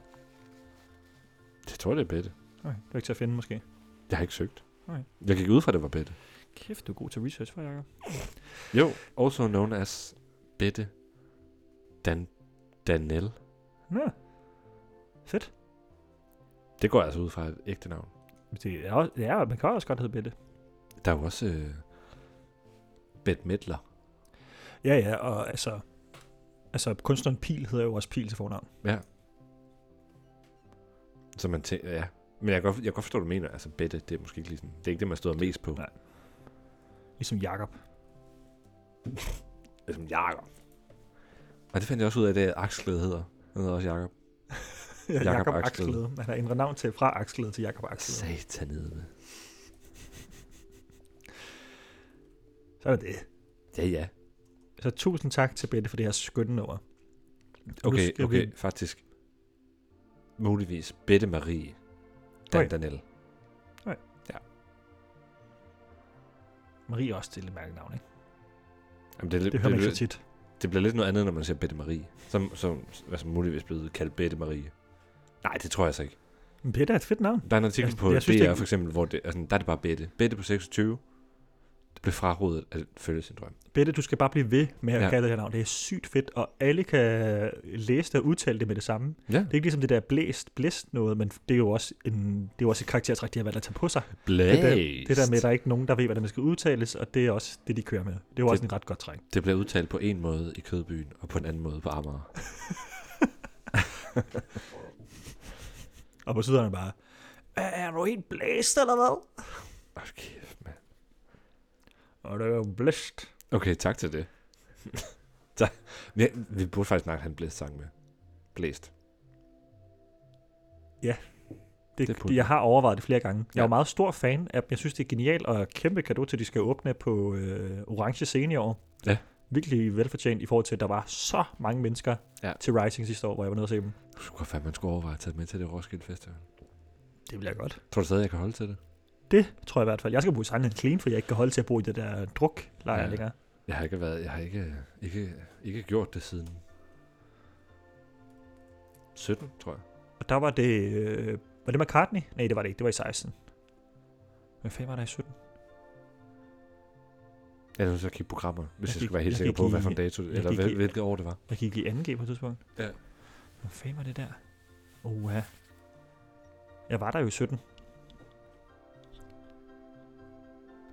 [SPEAKER 2] det tror jeg, det er Bette.
[SPEAKER 1] Okay, det er ikke til at finde måske.
[SPEAKER 2] Jeg har ikke søgt.
[SPEAKER 1] Nej.
[SPEAKER 2] Jeg gik ud fra, at det var Bette.
[SPEAKER 1] Kæft, du er god til research for, Jacob.
[SPEAKER 2] Jo, also known as Bette Dan Danel.
[SPEAKER 1] Ja. Fedt.
[SPEAKER 2] Det går jeg altså ud fra et ægte navn.
[SPEAKER 1] Det er, også, ja, man kan også godt hedde Bette.
[SPEAKER 2] Der er jo også øh, Bette Midler.
[SPEAKER 1] Ja, ja, og altså... Altså, kunstneren Pil hedder jo også Pil til fornavn.
[SPEAKER 2] Så man tænker, ja, Men jeg kan godt, jeg kan godt forstå, hvad du mener. Altså, bedte, det er måske ikke lige sådan... Det er ikke det, man støder mest på.
[SPEAKER 1] Nej. Ligesom Jakob.
[SPEAKER 2] Det er som Jakob. Og det fandt jeg også ud af, at Axel hedder. Han hedder også Jakob.
[SPEAKER 1] Ja,
[SPEAKER 2] Jakob
[SPEAKER 1] Jakob
[SPEAKER 2] Axlede.
[SPEAKER 1] Axlede. Han har ændret navn til fra Axlede til Jakob Axlede.
[SPEAKER 2] Satanede.
[SPEAKER 1] Så er det.
[SPEAKER 2] Ja, ja.
[SPEAKER 1] Så tusind tak til Bette for det her skønne nummer. Nu
[SPEAKER 2] Okay,
[SPEAKER 1] skal
[SPEAKER 2] okay,
[SPEAKER 1] vi-
[SPEAKER 2] faktisk. Muligvis Bette Marie
[SPEAKER 1] Okay.
[SPEAKER 2] Dan Danel.
[SPEAKER 1] Marie er også til et lidt mærkeligt navn, ikke?
[SPEAKER 2] Jamen, det, er lidt-
[SPEAKER 1] Det hører man
[SPEAKER 2] det,
[SPEAKER 1] ikke så
[SPEAKER 2] det,
[SPEAKER 1] tit.
[SPEAKER 2] det bliver lidt noget andet, når man siger Bette Marie. Som, som, hvad som muligvis blevet kaldt Bette Marie. Nej, det tror jeg så ikke.
[SPEAKER 1] Men Bette er et fedt navn.
[SPEAKER 2] Der er en artikel
[SPEAKER 1] Altså,
[SPEAKER 2] på
[SPEAKER 1] jeg
[SPEAKER 2] jeg
[SPEAKER 1] synes,
[SPEAKER 2] synes, DR
[SPEAKER 1] det er-
[SPEAKER 2] for eksempel, hvor det, altså, der er det bare Bette. Bette på 26 det blev frarådet at følge sin drøm.
[SPEAKER 1] Bette, du skal bare blive ved med at ja.
[SPEAKER 2] Ja.
[SPEAKER 1] kalde det her navn. Det er sygt fedt, og alle kan læse det og udtale det med det samme. Det
[SPEAKER 2] Ja.
[SPEAKER 1] er ikke ligesom det der blæst, blæst noget, men det er jo også, en, det er jo også et karaktertræk, de har valgt at tage på sig.
[SPEAKER 2] Blæst.
[SPEAKER 1] der- Det der med, at der er ikke nogen, der ved, hvordan man skal udtales, og det er også det, de kører med. Det er jo
[SPEAKER 2] Det-
[SPEAKER 1] også en ret godt træk.
[SPEAKER 2] Det bliver udtalt på en måde i Kødbyen, og på en anden måde på Amager.
[SPEAKER 1] Og på syderne bare, "Er- er du helt blæst eller hvad?
[SPEAKER 2] Hold kæft, mand.
[SPEAKER 1] Og det er jo blæst.
[SPEAKER 2] Okay, tak til det. tak. Vi, vi burde faktisk snakke han blæst sang med. Blæst.
[SPEAKER 1] Det,
[SPEAKER 2] Det
[SPEAKER 1] det
[SPEAKER 2] burde
[SPEAKER 1] jeg har overvejet det flere gange. Jeg er
[SPEAKER 2] Ja.
[SPEAKER 1] jo meget stor fan af dem. Jeg synes, det er genialt, og kæmpe kado til, at de skal åbne på øh, Orange Scene i år.
[SPEAKER 2] Ja.
[SPEAKER 1] Virkelig velfortjent i forhold til, at der var så mange mennesker
[SPEAKER 2] Ja.
[SPEAKER 1] til Rising sidste år, hvor jeg var nede og se dem.
[SPEAKER 2] Du skulle godt fandme, man skulle overveje at tage det med til det Roskilde Festival.
[SPEAKER 1] Det bliver godt.
[SPEAKER 2] Tror du stadig, jeg kan holde til det?
[SPEAKER 1] Det tror jeg i hvert fald. Jeg skal bo i Sankt Clean, for jeg ikke kan holde til at bo i det der druklejr ja.
[SPEAKER 2] Ja.
[SPEAKER 1] længere.
[SPEAKER 2] Jeg har ikke været, jeg har ikke, ikke, ikke gjort det siden 17, tror jeg.
[SPEAKER 1] Og der var det... Øh, var det McCartney? Nej, det var det ikke. Det var i 16. Hvad fanden var der i 17?
[SPEAKER 2] Jeg er nødt til at kigge programmer, hvis
[SPEAKER 1] Jeg
[SPEAKER 2] jeg,
[SPEAKER 1] gik-
[SPEAKER 2] skal være helt
[SPEAKER 1] jeg
[SPEAKER 2] sikker
[SPEAKER 1] gik
[SPEAKER 2] på,
[SPEAKER 1] i-
[SPEAKER 2] hvad for en dato,
[SPEAKER 1] jeg
[SPEAKER 2] eller
[SPEAKER 1] gik
[SPEAKER 2] hvil,
[SPEAKER 1] i-
[SPEAKER 2] hvilket år det var.
[SPEAKER 1] Jeg gik i 2G på et tidspunkt.
[SPEAKER 2] Ja.
[SPEAKER 1] Hvad fanden var det der? Oha. Jeg var der jo i 17.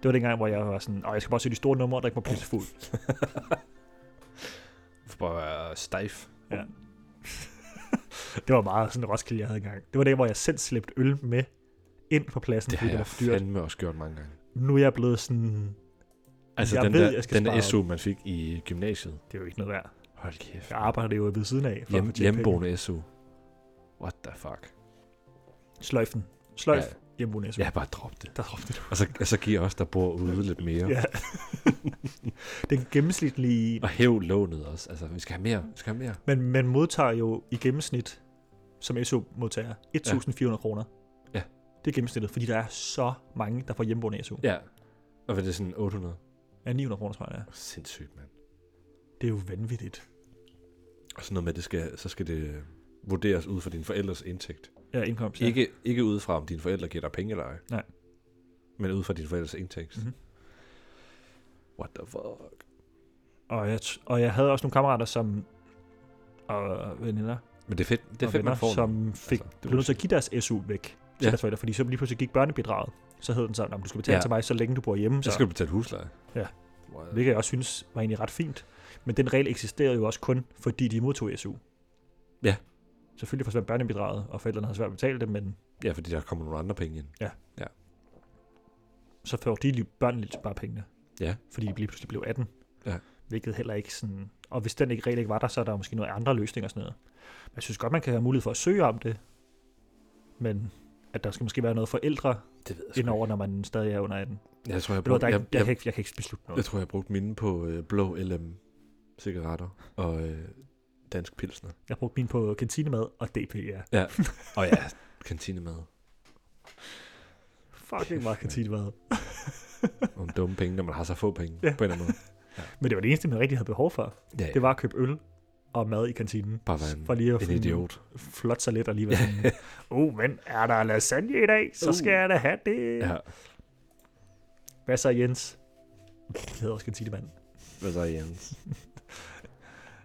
[SPEAKER 1] Det var dengang, hvor jeg var sådan, åh, jeg skal bare se de store numre, der ikke var pludselig fuld.
[SPEAKER 2] For stejf.
[SPEAKER 1] Det var meget sådan en Roskilde, jeg havde engang. Det var der, hvor jeg selv slæbte øl med ind på pladsen,
[SPEAKER 2] Det har
[SPEAKER 1] fordi det var
[SPEAKER 2] jeg
[SPEAKER 1] for dyrt.
[SPEAKER 2] fandme også gjort mange gange.
[SPEAKER 1] Nu er jeg blevet sådan,
[SPEAKER 2] Altså
[SPEAKER 1] Jeg
[SPEAKER 2] den,
[SPEAKER 1] ved,
[SPEAKER 2] der,
[SPEAKER 1] jeg skal
[SPEAKER 2] den der
[SPEAKER 1] spare
[SPEAKER 2] SU, man fik i gymnasiet.
[SPEAKER 1] det er jo ikke noget værd.
[SPEAKER 2] Hold kæft.
[SPEAKER 1] Jeg arbejder jo ved siden af. For
[SPEAKER 2] Hjem,
[SPEAKER 1] at tjene penge.
[SPEAKER 2] hjemmeboende SU. What the fuck?
[SPEAKER 1] Sløjfen. Sløjf.
[SPEAKER 2] Ja.
[SPEAKER 1] Ja. Hjemmeboende SU.
[SPEAKER 2] Jeg har bare droppet det.
[SPEAKER 1] Der råbte du.
[SPEAKER 2] Og så, og så giver os, der bor ude lidt mere.
[SPEAKER 1] Ja. Den gennemsnitlige
[SPEAKER 2] Og hæv lånet også. Altså, vi skal have mere. Vi skal have mere.
[SPEAKER 1] Men man modtager jo i gennemsnit, som SU-modtager, 1.400 kroner.
[SPEAKER 2] Ja.
[SPEAKER 1] Det er gennemsnittet, fordi der er så mange, der får hjemmeboende SU. Ja.
[SPEAKER 2] Ja. Og hvad er det sådan 800?
[SPEAKER 1] ja 900 kroner, tror jeg, det er.
[SPEAKER 2] Sindssygt, mand.
[SPEAKER 1] Det er jo vanvittigt.
[SPEAKER 2] Og sådan noget med, det skal, så skal det øh, vurderes ud fra dine forældres indtægt.
[SPEAKER 1] Ja, indkomst.
[SPEAKER 2] Ja.
[SPEAKER 1] Ja.
[SPEAKER 2] Ikke, ikke ud fra, om dine forældre giver dig penge eller ej.
[SPEAKER 1] Nej.
[SPEAKER 2] Men ud fra dine forældres indtægt.
[SPEAKER 1] Mhm.
[SPEAKER 2] Mm-hmm. What the fuck?
[SPEAKER 1] Og, jeg, t- og jeg havde også nogle kammerater, som og veninder,
[SPEAKER 2] Men det er fedt, det er
[SPEAKER 1] og
[SPEAKER 2] fedt
[SPEAKER 1] venner
[SPEAKER 2] man får nu.
[SPEAKER 1] som fik,
[SPEAKER 2] Altså,
[SPEAKER 1] altså,
[SPEAKER 2] det
[SPEAKER 1] blev
[SPEAKER 2] må
[SPEAKER 1] nødt til at give deres SU væk til ja.
[SPEAKER 2] Ja.
[SPEAKER 1] deres forældre, fordi så lige pludselig gik børnebidraget. Så hed den sådan, om du skal betale ja.
[SPEAKER 2] Ja.
[SPEAKER 1] til mig, så længe du bor hjemme.
[SPEAKER 2] Så
[SPEAKER 1] Så,
[SPEAKER 2] skal du betale husleje.
[SPEAKER 1] Ja.
[SPEAKER 2] Wow.
[SPEAKER 1] Hvilket jeg også synes var egentlig ret fint. Men den regel eksisterede jo også kun, fordi de modtog SU.
[SPEAKER 2] Ja.
[SPEAKER 1] Selvfølgelig forsvandt børnebidraget, og forældrene havde svært ved at betale det, men
[SPEAKER 2] Ja, fordi der kommer nogle andre penge ind.
[SPEAKER 1] så får de lige børnene lidt bare pengene.
[SPEAKER 2] Ja.
[SPEAKER 1] Fordi de lige pludselig blev 18.
[SPEAKER 2] Ja.
[SPEAKER 1] Hvilket heller ikke sådan... Og hvis den ikke regel ikke var der, så er der måske noget andre løsninger og sådan noget. Men jeg synes godt, man kan have mulighed for at søge om det. Men at der skal måske være noget forældre
[SPEAKER 2] Det ved jeg
[SPEAKER 1] indover, når man stadig er under 18.
[SPEAKER 2] Jeg tror, jeg
[SPEAKER 1] Ved du hvad,
[SPEAKER 2] brugte,
[SPEAKER 1] der er
[SPEAKER 2] jeg,
[SPEAKER 1] ikke, jeg,
[SPEAKER 2] jeg,
[SPEAKER 1] kan ikke, jeg kan ikke beslutte noget.
[SPEAKER 2] jeg, tror, jeg brugte mine på øh, blå LM-cigaretter og øh, dansk pilsner.
[SPEAKER 1] Jeg brugte min på kantinemad og DP, ja.
[SPEAKER 2] Og ja, kantinemad.
[SPEAKER 1] Fucking meget kantinemad.
[SPEAKER 2] Og Nogle dumme penge, når man har så få penge
[SPEAKER 1] Ja.
[SPEAKER 2] ja. på en eller anden måde.
[SPEAKER 1] Men det var det eneste, man rigtig havde behov for.
[SPEAKER 2] Ja, ja.
[SPEAKER 1] Det var at købe øl og mad i kantinen.
[SPEAKER 2] Bare være en-
[SPEAKER 1] for lige at
[SPEAKER 2] en idiot.
[SPEAKER 1] flot sig lidt og lige være sådan, oh, men er der lasagne i dag, så
[SPEAKER 2] Uh.
[SPEAKER 1] skal jeg da have det.
[SPEAKER 2] Ja,
[SPEAKER 1] Hvad så, Jens? Det hedder også kantinemanden.
[SPEAKER 2] hvad så Jens?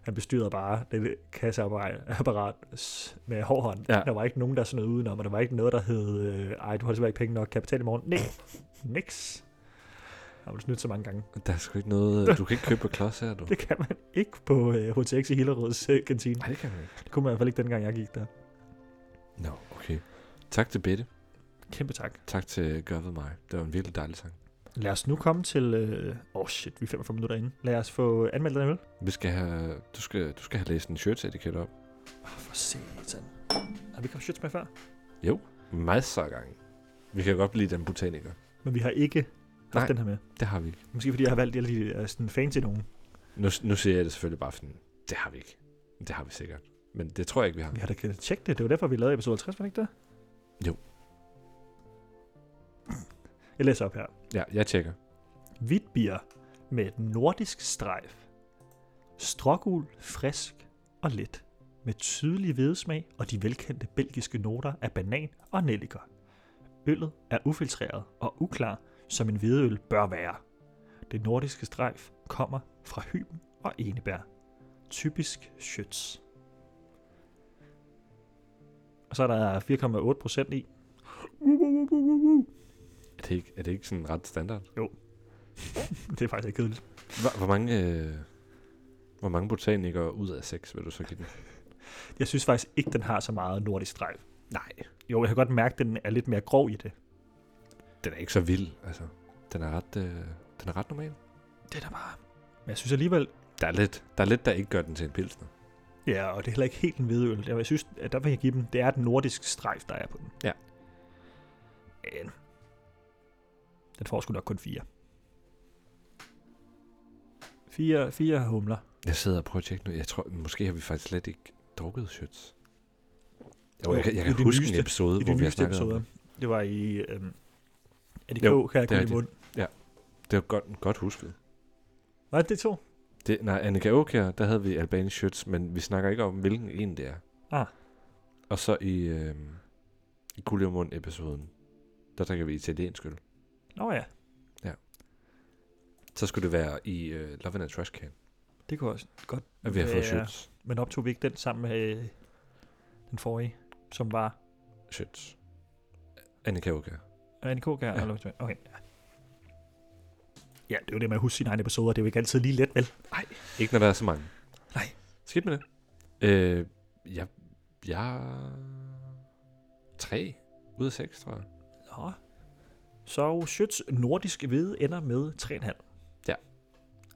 [SPEAKER 1] Han bestyrede bare det kasseapparat s- med hård hånd.
[SPEAKER 2] Ja.
[SPEAKER 1] Der var ikke nogen, der sådan noget udenom, og der var ikke noget, der hed, øh, ej, du har desværre ikke penge nok, kapital i morgen. Nej, niks. Han blev snydt så mange gange.
[SPEAKER 2] Der er sgu ikke noget, øh, du kan ikke købe på klods her, du.
[SPEAKER 1] Det kan man ikke på øh, HTX i Hillerøds øh, kantine.
[SPEAKER 2] Nej, det kan man ikke.
[SPEAKER 1] Det kunne man i hvert fald ikke, dengang jeg gik der.
[SPEAKER 2] Nå, okay. Tak til Bette.
[SPEAKER 1] Kæmpe tak.
[SPEAKER 2] Tak til Gør ved mig. Det var en virkelig dejlig sang.
[SPEAKER 1] Lad os nu komme til... Åh øh... oh shit, vi er 45 minutter inde. Lad os få anmeldt den her øl.
[SPEAKER 2] Vi skal have, du, skal, du skal have læst en shirts-etiket op.
[SPEAKER 1] Åh, for satan. Har vi ikke haft shirts med før?
[SPEAKER 2] Masser af gange. Vi kan godt blive den botaniker.
[SPEAKER 1] Men vi har ikke haft
[SPEAKER 2] Nej.
[SPEAKER 1] den her med.
[SPEAKER 2] Det har vi ikke.
[SPEAKER 1] Måske fordi jeg har valgt alle de øh, sådan fancy nogen.
[SPEAKER 2] Nu, nu siger jeg det selvfølgelig bare sådan, det har vi ikke. Det har vi sikkert. Men det tror jeg ikke, vi har.
[SPEAKER 1] Vi har da kan tjekke det. Det var derfor, vi lavede episode 50, var det ikke det?
[SPEAKER 2] Jo.
[SPEAKER 1] Jeg læser op her.
[SPEAKER 2] Ja, jeg tjekker.
[SPEAKER 1] Hvidbier med et nordisk strejf. Strågul, frisk og let. Med tydelig vedesmag og de velkendte belgiske noter af banan og nelliker. Øllet er ufiltreret og uklar, som en hvidøl bør være. Det nordiske strejf kommer fra hyben og enebær. Typisk schütz. Og så er der 4,8 procent i.
[SPEAKER 2] Er det ikke, er det ikke sådan ret standard?
[SPEAKER 1] Det er faktisk ikke kedeligt.
[SPEAKER 2] Hvor, hvor mange... Øh, hvor mange botanikere ud af seks vil du så give den?
[SPEAKER 1] Jeg synes faktisk ikke, den har så meget nordisk strejf.
[SPEAKER 2] Nej.
[SPEAKER 1] Jo, jeg kan godt mærke, at den er lidt mere grov i det.
[SPEAKER 2] Den er ikke så vild, altså. Den er ret, øh, den er ret normal.
[SPEAKER 1] Det er da bare... Men jeg synes alligevel...
[SPEAKER 2] Der er, lidt, der er lidt, der ikke gør den til en pilsner.
[SPEAKER 1] Ja, og det er heller ikke helt en hvedøl. Jeg synes, at der vil jeg give dem... Det er den nordisk strejf, der er på den.
[SPEAKER 2] Ja.
[SPEAKER 1] Men... Den får sgu nok kun fire. Fire, fire humler.
[SPEAKER 2] Jeg sidder og prøver at tjekke nu. Jeg tror, måske har vi faktisk slet ikke drukket shots. Jo,
[SPEAKER 1] Jo,
[SPEAKER 2] jeg, kan- jeg
[SPEAKER 1] i
[SPEAKER 2] kan
[SPEAKER 1] de
[SPEAKER 2] huske
[SPEAKER 1] nyeste-
[SPEAKER 2] en episode,
[SPEAKER 1] I
[SPEAKER 2] hvor
[SPEAKER 1] de
[SPEAKER 2] vi har
[SPEAKER 1] nyeste
[SPEAKER 2] snakket om
[SPEAKER 1] episoder.
[SPEAKER 2] det.
[SPEAKER 1] Det var i... Øhm, ADK,
[SPEAKER 2] Jo,
[SPEAKER 1] kan jeg
[SPEAKER 2] det er
[SPEAKER 1] kun i
[SPEAKER 2] rigtigt.
[SPEAKER 1] mund.
[SPEAKER 2] Det er godt, godt husket.
[SPEAKER 1] Var det det to?
[SPEAKER 2] Det, nej, Annika Aukjær, der havde vi Albanisk Shirts, men vi snakker ikke om, hvilken en det er.
[SPEAKER 1] Ah.
[SPEAKER 2] Og så i, øh, i Guliumund-episoden, der drikker vi italiensk øl.
[SPEAKER 1] Nå ja,
[SPEAKER 2] Så skulle det være i øh, Love in a Trash Can,
[SPEAKER 1] det kunne også godt
[SPEAKER 2] at vi har fået
[SPEAKER 1] Ja.
[SPEAKER 2] shirts.
[SPEAKER 1] Men optog vi ikke den sammen med øh, den forrige, som var
[SPEAKER 2] shirts. Annika Aukjær.
[SPEAKER 1] Anne K. Ja.
[SPEAKER 2] Ja.
[SPEAKER 1] Eller, hvad? okay. ja. ja, det er jo det med at huske sine egne episoder. Det er jo ikke altid lige let, vel?
[SPEAKER 2] Ikke når der er så mange.
[SPEAKER 1] Nej.
[SPEAKER 2] Skidt med det. Øh, jeg, jeg... Tre ud af seks, tror jeg.
[SPEAKER 1] Nå. Så Schütz nordisk hvide ender med 3,5.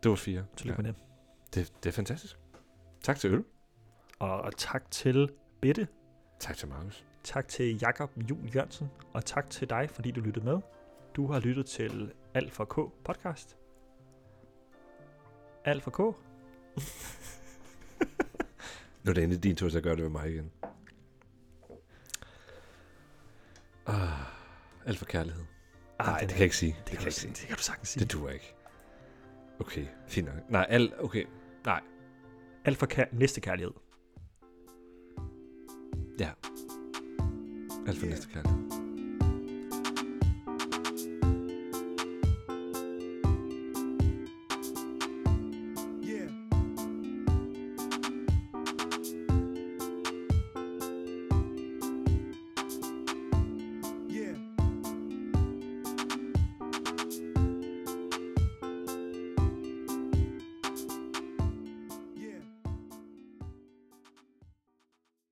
[SPEAKER 2] Det var fire.
[SPEAKER 1] Tillykke ja. med det.
[SPEAKER 2] det, det er fantastisk. Tak til øl.
[SPEAKER 1] Og tak til Bette.
[SPEAKER 2] Tak til Markus.
[SPEAKER 1] Tak til Jakob Jul Jørgensen. Og tak til dig, fordi du lyttede med. Du har lyttet til Alt for K podcast. Alt for K.
[SPEAKER 2] Nu er det endelig din tur til at gøre det ved mig igen. Ah, alt for kærlighed. Nej, det kan jeg ikke sige. Det,
[SPEAKER 1] kan,
[SPEAKER 2] kan jeg
[SPEAKER 1] du,
[SPEAKER 2] ikke sige.
[SPEAKER 1] Ah, det kan du sagtens sige.
[SPEAKER 2] Det duer ikke. Okay, fint nok. Nej, al, okay. Nej,
[SPEAKER 1] Alt for kær- næste kærlighed.
[SPEAKER 2] alt for næste kærlighed.